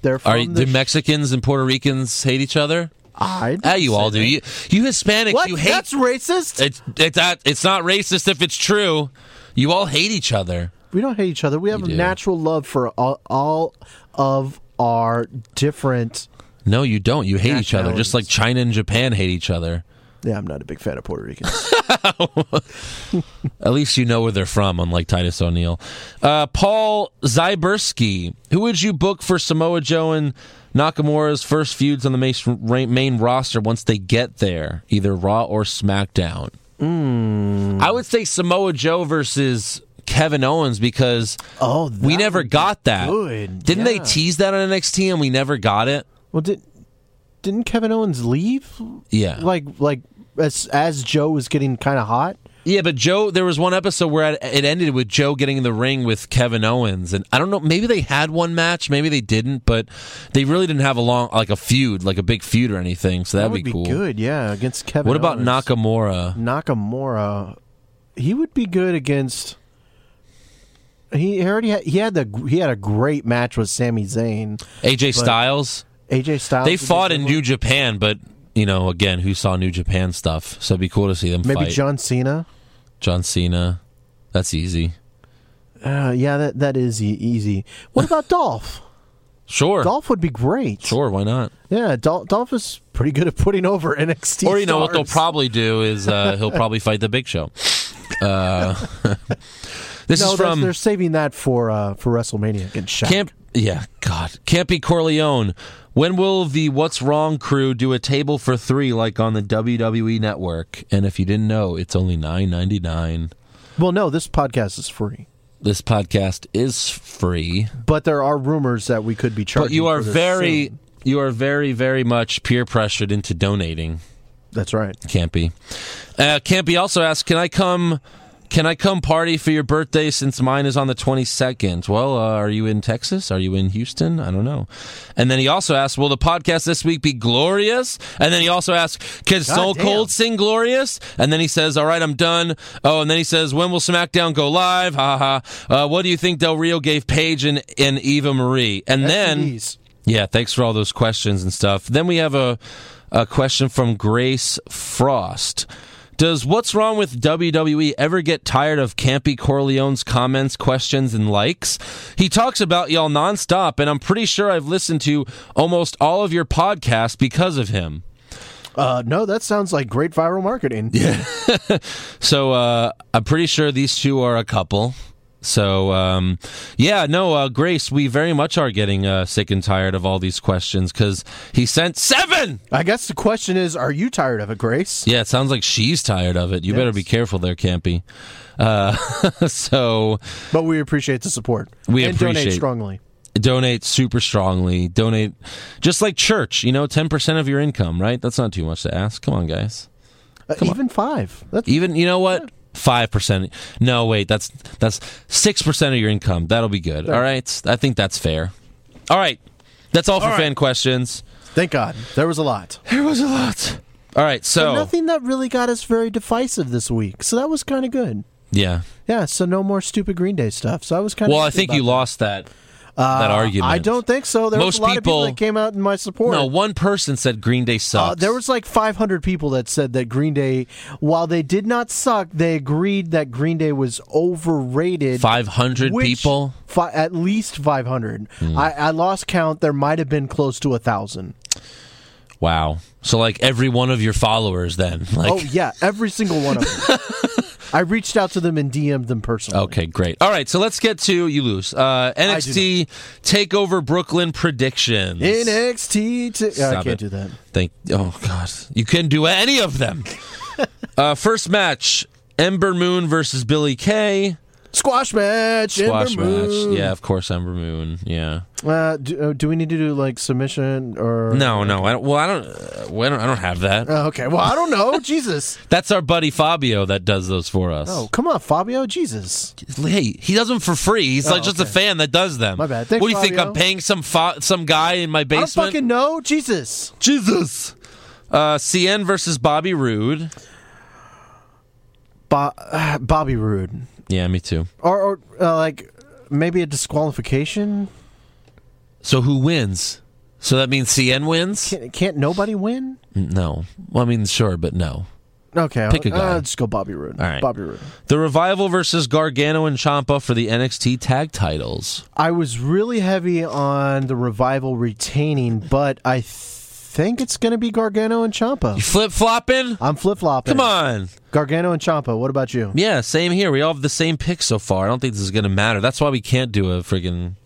E: They're from
D: Are you-
E: the
D: do Mexicans and Puerto Ricans hate each other?
E: I didn't
D: Ah, you all
E: say
D: do.
E: that.
D: You, you Hispanics,
E: What?
D: you hate.
E: That's racist.
D: It's it's not, it's not racist if it's true. You all hate each other.
E: we don't hate each other. We have a
D: do.
E: natural love for all, all of our different.
D: No, you don't. You hate each other, just like China and Japan hate each other.
E: Yeah, I'm not a big fan of Puerto Ricans.
D: At least you know where they're from, unlike Titus O'Neil. Uh, Paul Zyberski, who would you book for Samoa Joe and Nakamura's first feuds on the main, ra- main roster once they get there, either Raw or SmackDown?
E: Hmm.
D: I would say Samoa Joe versus Kevin Owens because
E: Oh,
D: we
E: that
D: never
E: would be
D: got that.
E: good,
D: Didn't they
E: yeah.
D: tease that on NXT and we never got it?
E: well, did didn't Kevin Owens leave?
D: Yeah.
E: Like like as as Joe was getting kind of hot.
D: Yeah, but Joe, there was one episode where it- it ended with Joe getting in the ring with Kevin Owens, and I don't know, maybe they had one match, maybe they didn't, but they really didn't have a long, like a feud, like a big feud or anything. So that'd
E: would
D: be cool.
E: good. Yeah, against Kevin.
D: What about
E: Owens.
D: Nakamura?
E: Nakamura? He would be good against. He already had, he had the he had a great match with Sami Zayn.
D: AJ Styles?
E: AJ Styles.
D: They
E: would be
D: fought
E: good
D: in
E: one.
D: New Japan, but you know, again, who saw New Japan stuff? So it'd be cool to see them
E: maybe
D: fight.
E: John Cena.
D: John Cena. That's easy.
E: Uh, yeah, that that is e- easy. What about Dolph?
D: Sure.
E: Dolph would be great.
D: Sure, why not?
E: Yeah, Dol- Dolph is pretty good at putting over NXT.
D: Or you know what they'll
E: stars.
D: probably do is uh, he'll probably fight the Big Show. Uh, this
E: No,
D: is
E: they're-
D: from
E: they're saving that for uh, for WrestleMania against Shaq.
D: Camp. Yeah, God, Campy Corleone. When will the What's Wrong crew do a table for three like on the WWE Network? And if you didn't know, it's only nine ninety nine.
E: Well, no, this podcast is free,
D: This podcast is free,
E: but there are rumors that we could be charging.
D: but you are
E: for this
D: very,
E: soon.
D: you are very, very much peer pressured into donating.
E: That's right.
D: Campy. Uh, Campy also asks, "Can I come Can I come party for your birthday since mine is on the 22nd? Well, uh, are you in Texas? Are you in Houston? I don't know. And then he also asked, Will the podcast this week be glorious? And then he also asked, Can Soul
E: damn.
D: Cold sing glorious? And then he says, All right, I'm done. Oh, and then he says, When will SmackDown go live? Ha ha. ha. Uh, what do you think Del Rio gave Paige and, and Eva Marie? And then.
E: STDs.
D: Yeah, thanks for all those questions and stuff. Then we have a, a question from Grace Frost. Does What's Wrong with WWE ever get tired of Campy Corleone's comments, questions, and likes? He talks about y'all nonstop, and I'm pretty sure I've listened to almost all of your podcasts because of him.
E: Uh, no, that sounds like great viral marketing. Yeah.
D: So uh, I'm pretty sure these two are a couple. So um, yeah, no, uh, Grace, we very much are getting uh, sick and tired of all these questions because he sent seven.
E: I guess the question is, are you tired of it, Grace?
D: Yeah, it sounds like she's tired of it. You better be careful there, Campy. Uh, so
E: But we appreciate the support.
D: We
E: and
D: appreciate-
E: donate strongly.
D: donate super strongly. Donate just like church, you know, 10% of your income, right? That's not too much to ask. Come on, guys.
E: Uh, even five. That's
D: Even, you know what? 5%. No, wait, that's that's 6% of your income. That'll be good. All right. I think that's fair. All right. That's all for fan questions.
E: thank God. There was a lot.
D: There was a lot. All right, so
E: But nothing that really got us very divisive this week. So that was kind of good.
D: yeah.
E: Yeah. So no more stupid Green Day stuff. So I was kind of
D: Well, I think you lost that that argument.
E: Uh, I don't think so. There
D: Most
E: was a lot of people
D: people-
E: that came out in my support.
D: No, one person said Green Day sucks.
E: Uh, there was like 500 people that said that Green Day, while they did not suck, they agreed that Green Day was overrated.
D: 500
E: which-
D: people. Hmm.
E: fi- at least 500. I, I lost count. There might have been close to a thousand.
D: Wow. So like every one of your followers then. Like
E: Oh yeah, every single one of them. I reached out to them and DM'd them personally.
D: Okay, great. All right, so let's get to you lose. Uh NXT Takeover Brooklyn predictions.
E: NXT. T- uh, I
D: Stop
E: can't
D: it.
E: do that.
D: Thank Oh god. You can do any of them. uh first match, Ember Moon versus Billy Kay.
E: Squash match.
D: Squash
E: Ember Moon.
D: match. Yeah, of course Ember Moon. Yeah.
E: Uh, do, uh, do we need to do like submission or
D: No, no. I don't well, I don't uh, well, I don't, I don't have that.
E: Oh, okay. Well, I don't know. Jesus.
D: That's our buddy Fabio that does those for us.
E: Oh, come on, Fabio. Jesus.
D: Hey, he does them for free. He's like just a fan that does them.
E: Oh, My bad. Thanks,
D: what do you think?
E: Fabio.
D: I'm paying some fa- some guy in my
E: I don't
D: basement.
E: fucking know. Jesus.
D: Jesus. Uh, CN versus Bobby Roode.
E: Bo- uh, Bobby Roode.
D: Yeah, me too.
E: Or, or uh, like maybe a disqualification.
D: So who wins? So that means CN wins?
E: Can't, can't nobody win?
D: No. Well, I mean, sure, but no.
E: Okay,
D: Pick a
E: I'll,
D: guy.
E: Uh, just go Bobby Roode.
D: All right.
E: Bobby Roode.
D: The Revival versus Gargano and Champa for the NXT tag titles.
E: I was really heavy on the revival retaining, but I think it's going to be Gargano and Champa.
D: You flip flopping?
E: I'm flip flopping.
D: Come on.
E: Gargano and Champa. What about you?
D: Yeah, same here. We all have the same pick so far. I don't think this is going to matter. That's why we can't do a friggin'.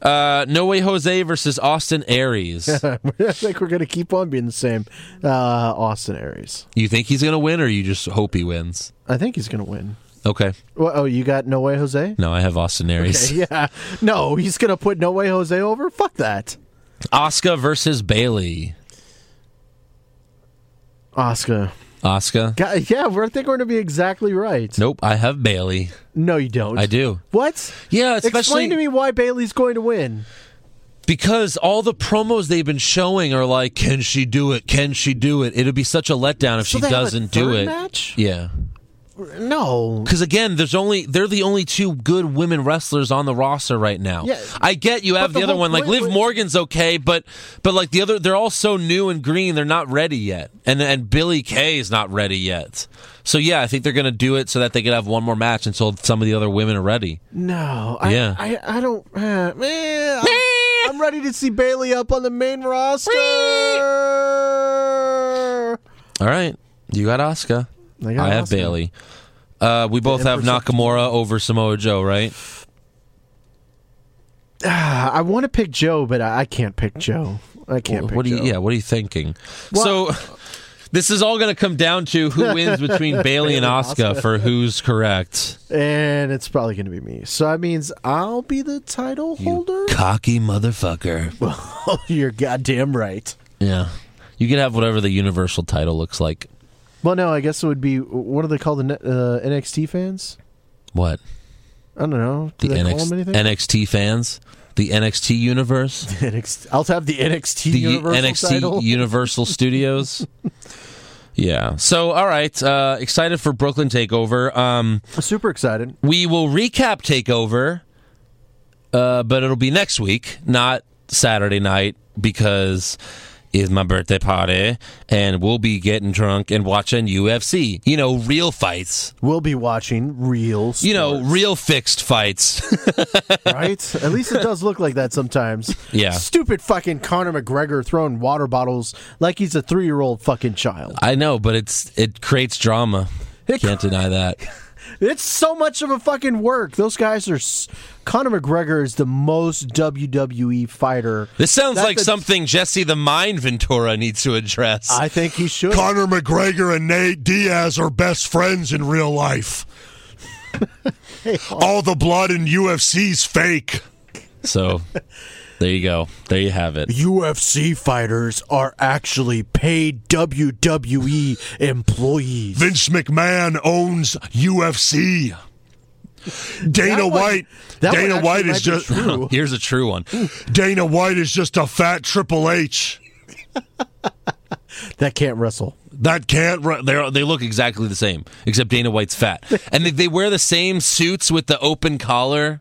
D: Uh, no way Jose versus Austin Aries.
E: I think we're going to keep on being the same. Uh, Austin Aries.
D: you think he's going to win or you just hope he wins?
E: I think he's going to win.
D: Okay.
E: Well, oh, you got No Way Jose?
D: No, I have Austin Aries.
E: Yeah. No, he's going to put No Way Jose over? Fuck that.
D: Oscar versus Bailey.
E: Oscar.
D: Oscar.
E: God, yeah, we're, I think we're going to be exactly right.
D: Nope, I have Bailey.
E: No, you don't.
D: I do.
E: What?
D: Yeah, especially
E: Explain to me why Bailey's going to win.
D: because all the promos they've been showing are like, can she do it? Can she do it? It'd be such a letdown if
E: So
D: she
E: they have a
D: doesn't do
E: third
D: it.
E: match?
D: Yeah.
E: No.
D: Because again, there's only they're the only two good women wrestlers on the roster right now.
E: Yeah.
D: I get you have
E: the
D: the, other
E: whole
D: one, like
E: point
D: Liv
E: was-
D: Morgan's okay, but but like the other, they're all so new and green, they're not ready yet, and and Billy Kay is not ready yet. So yeah, I think they're gonna do it so that they could have one more match until some of the other women are ready.
E: No, I,
D: Yeah.
E: I, I don't. Uh, man, I'm, I'm ready to see Bailey up on the main roster.
D: All right, you got Oscar.
E: I got
D: I have
E: Asuka.
D: Bailey. Uh, we both have
E: Empress of-
D: Nakamura over Samoa Joe, right?
E: Uh, I, I want to pick Joe, but I, I can't pick Joe. I can't. pick
D: What are you?
E: Joe.
D: Yeah, what are you thinking? so. This is all going to come down to who wins between Bailey and Oscar for who's correct.
E: and it's probably going to be me. So that means I'll be the title holder.
D: Cocky motherfucker.
E: You're goddamn right.
D: Yeah. You could have whatever the universal title looks like.
E: Well, no, I guess it would be what do they call the ne- uh, NXT fans?
D: What?
E: I don't know.
D: The
E: Do they call
D: NX-
E: them anything?
D: NXT fans? The NXT universe?
E: NXT. I'll have the NXT
D: the U-
E: Universal
D: NXT
E: title.
D: Universal Studios. Yeah. So, all right. Uh, excited for Brooklyn Takeover. Um,
E: Super excited.
D: we will recap Takeover, uh, but it'll be next week, not Saturday night, because it's my birthday party, and we'll be getting drunk and watching UFC. You know, real fights.
E: We'll be watching real.
D: You know,
E: sports,
D: real fixed fights.
E: right? At least it does look like that sometimes.
D: Yeah.
E: Stupid fucking Conor McGregor throwing water bottles like he's a three-year-old fucking child.
D: I know, but it's it creates drama. Can't deny that.
E: It's so much of a fucking work. Those guys are. s- Conor McGregor is the most WWE fighter.
D: This sounds
E: That's
D: like
E: a-
D: something Jesse the Mind Ventura needs to address.
E: I think he should.
B: Conor McGregor and Nate Diaz are best friends in real life. All the blood in UFC's fake.
D: So there you go. There you have it.
E: UFC fighters are actually paid WWE employees.
B: Vince McMahon owns UFC. Dana
E: That one-
B: White.
E: that one
B: Dana
E: actually
B: White
E: might
B: is
E: be
B: just
E: true.
D: Here's a true one.
E: Hmm.
B: Dana White is just a fat Triple H
E: that can't wrestle.
B: that can't run.
D: They Uh, they look exactly the same, except Dana White's fat, and they, they wear the same suits with the open collar.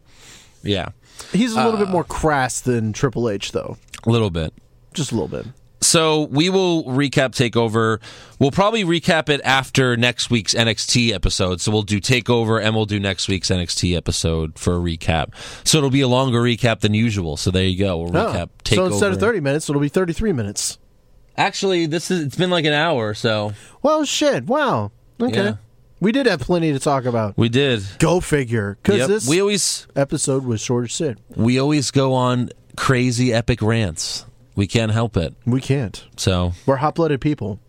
D: Yeah,
E: He's a little bit more crass than Triple H, though.
D: a little bit.
E: Just a little bit.
D: So we will recap Takeover. We'll probably recap it after next week's NXT episode. So we'll do Takeover and we'll do next week's NXT episode for a recap. So it'll be a longer recap than usual. So there you go. We'll
E: Oh.
D: recap Takeover.
E: So instead of 30 minutes, it'll be 33 minutes.
D: actually, this is it's been like an hour. So
E: Well, shit. Wow. Okay.
D: Yeah.
E: We did have plenty to talk about.
D: we did.
E: Go figure. Because
D: Yep.
E: this
D: We always
E: episode was short as shit.
D: we always go on crazy epic rants. We can't help it.
E: We can't.
D: So
E: We're hot blooded people.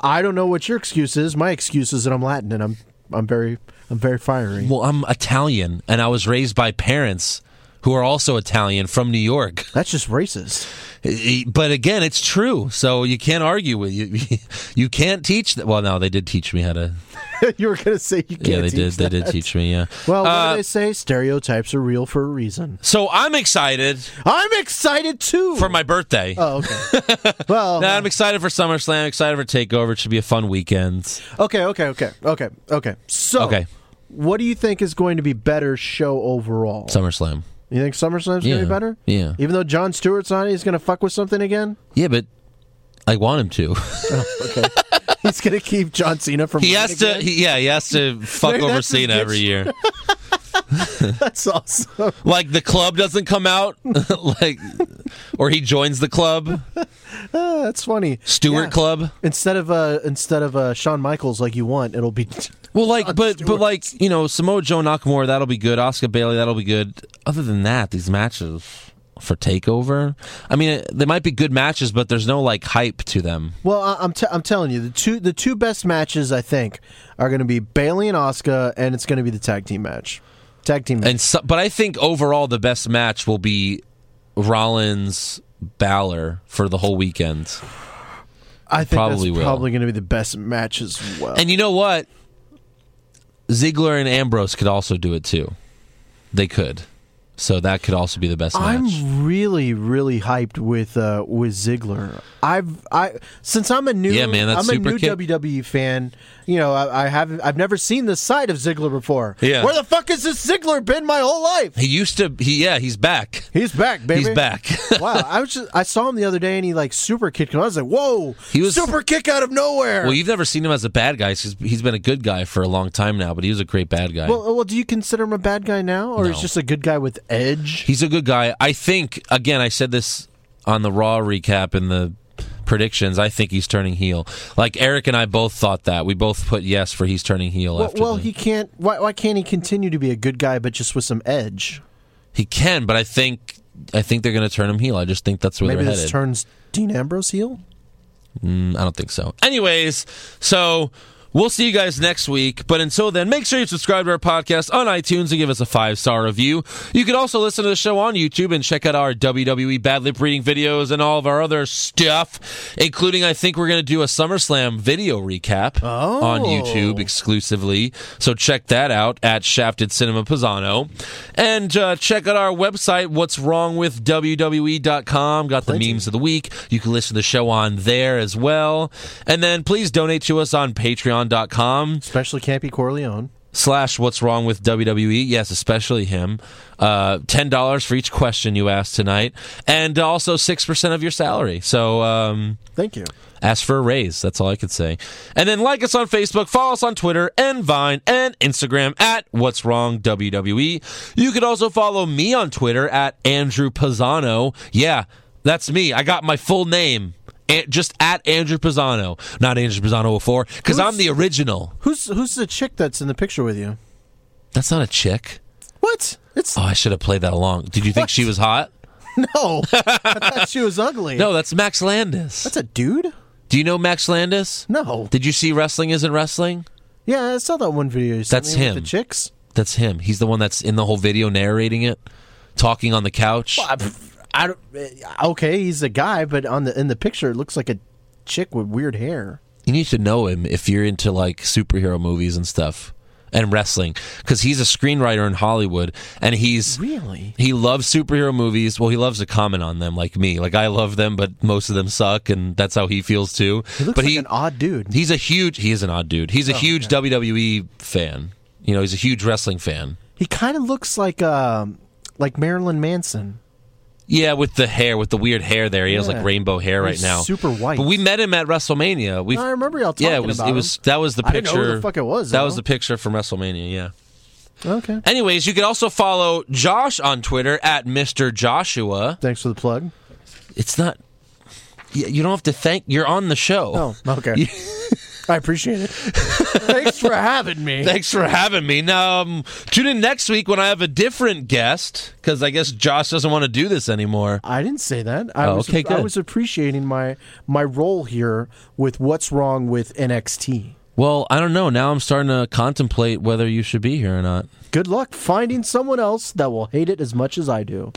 E: I don't know what your excuse is. My excuse is that I'm Latin and I'm I'm very I'm very fiery.
D: Well, I'm Italian, and I was raised by parents who are also Italian from New York.
E: That's just racist.
D: But again, it's true, so you can't argue with you. You can't teach. Th- well, no, they did teach me how to.
E: you were gonna say you can't.
D: Yeah, they
E: teach
D: did.
E: That.
D: They did teach me. Yeah.
E: Well, what
D: Uh,
E: do they say? Stereotypes are real for a reason.
D: so I'm excited
E: I'm excited too.
D: for my birthday.
E: oh, okay. well,
D: Nah, I'm excited for SummerSlam. excited for Takeover. It should be a fun weekend.
E: okay, okay, okay, okay, okay. So,
D: Okay.
E: what do you think is going to be better show overall?
D: SummerSlam.
E: you think SummerSlam's gonna
D: Yeah,
E: be better?
D: yeah.
E: Even though John Stewart's on it, he's gonna fuck with something again.
D: Yeah, but I want him to.
E: Okay. he's gonna keep John Cena from.
D: He
E: winning
D: has to.
E: again?
D: he- yeah, he has to fuck
E: Maybe
D: over
E: that's his
D: Cena
E: bitch.
D: every year.
E: That's awesome.
D: like the club doesn't come out like or he joins the club
E: That's funny.
D: stewart
E: Yeah.
D: club
E: Instead of uh, instead of uh, Shawn Michaels like you want, it'll be.
D: well like but but
E: Stewart.
D: like you know samoa joe nakamura that'll be good oscar bailey that'll be good other than that these matches for takeover i mean they might be good matches but there's no like hype to them
E: Well, I, I'm t- I'm telling you, the two the two best matches I think are going to be Bailey and Oscar, and it's going to be the tag team match. Tag team match.
D: and so, but i think overall the best match will be rollins Balor for the whole weekend.
E: I think
D: probably
E: that's
D: will.
E: probably going to be the best match as well.
D: And you know what? Ziggler and Ambrose could also do it too. They could. So that could also be the best match.
E: I'm really, really hyped with uh, with Ziggler. I've I since I'm a new
D: Yeah, man, that
E: I'm a
D: super
E: new
D: kick.
E: WWE fan. You know, I, I have I've never seen this side of Ziggler before.
D: Yeah.
E: where the fuck has this Ziggler been my whole life?
D: He used to he yeah, he's back.
E: He's back, baby.
D: He's back.
E: wow, I was just, I saw him the other day and he like super kicked him. I was like, whoa,
D: He was-
E: super kick out of nowhere.
D: well, you've never seen him as a bad guy. 'cause he's been a good guy for a long time now, but he was a great bad guy.
E: Well, uh, well, do you consider him a bad guy now, or he's just a good guy with edge?
D: he's a good guy. I think again, I said this on the Raw recap in the predictions. I think he's turning heel. Like Eric and I both thought that. We both put yes for he's turning heel
E: Well,
D: after
E: well
D: the-
E: he can't. Why, why can't he continue to be a good guy, but just with some edge?
D: he can, but I think I think they're going to turn him heel. I just think that's where
E: Maybe
D: they're
E: this
D: headed. Mm,
E: turns Dean Ambrose heel.
D: I don't think so. Anyways, so We'll see you guys next week. But until then, make sure you subscribe to our podcast on iTunes and give us a five star review. You can also listen to the show on YouTube and check out our WWE Bad Lip Reading videos and all of our other stuff, including I think we're going to do a SummerSlam video recap on
E: Oh.
D: YouTube exclusively. So check that out at Shafted Cinema Pisano. And uh, check out our website, what's wrong with WWE.com. Got the memes of the week. You can listen to the show on there as well. And then please donate to us on patreon.com
E: Especially Campy Corleone.
D: slash what's wrong with WWE. Yes, especially him. Uh, $10 for each question you asked tonight. And also 6% of your salary. So, um,
E: Thank you.
D: ask for a raise. That's all I could say. And then like us on Facebook, follow us on Twitter and Vine and Instagram at What's Wrong WWE. You could also follow me on Twitter at Andrew Pisano. Yeah, that's me. I got my full name. An- just at Andrew Pisano, not Andrew Pisano 04, because I'm the original.
E: Who's who's the chick that's in the picture with you?
D: That's not a chick.
E: What? It's
D: Oh, I should have played that along. Did you think
E: What?
D: she was hot?
E: no. I thought she was ugly.
D: No, that's Max Landis.
E: That's a dude?
D: Do you know Max Landis?
E: No.
D: Did you see Wrestling Isn't Wrestling?
E: Yeah, I saw that one video. You sent
D: That's
E: me with
D: him.
E: The chicks.
D: That's him. He's the one that's in the whole video narrating it, talking on the couch.
E: I, I don't- eh, okay, he's a guy, but on the in the picture, it looks like a chick with weird hair.
D: You need to know him if you're into like superhero movies and stuff and wrestling because he's a screenwriter in Hollywood and he's
E: Really?
D: he loves superhero movies. Well, he loves to comment on them like me. Like I love them, but most of them suck and that's how he feels too.
E: He looks
D: but
E: like
D: he
E: an Oh, odd dude.
D: he's a huge he is an odd dude. He's a huge WWE fan. You know, he's a huge wrestling fan.
E: He kind of looks like um like Marilyn Manson.
D: Yeah, with the hair, with the weird hair there. He has
E: Yeah.
D: like rainbow hair right
E: He's
D: now.
E: super white.
D: But we met him at WrestleMania. We
E: I remember y'all talking
D: yeah, it was,
E: about
D: it was
E: him.
D: that was the
E: I
D: picture.
E: didn't know who the fuck it was,
D: That
E: though.
D: was the picture from WrestleMania. Yeah.
E: Okay.
D: Anyways, you can also follow Josh on Twitter at Mr. Joshua.
E: Thanks for the plug.
D: It's not. y- You don't have to thank. You're on the show.
E: Oh, okay. I appreciate it. Thanks for having me.
D: Thanks for having me. Now, um, tune in next week when I have a different guest because I guess Josh doesn't want to do this anymore.
E: I didn't say that. I
D: Oh,
E: was
D: okay,
E: I
D: good.
E: was appreciating my my role here with what's wrong with NXT.
D: Well, I don't know. Now I'm starting to contemplate whether you should be here or not.
E: Good luck finding someone else that will hate it as much as I do.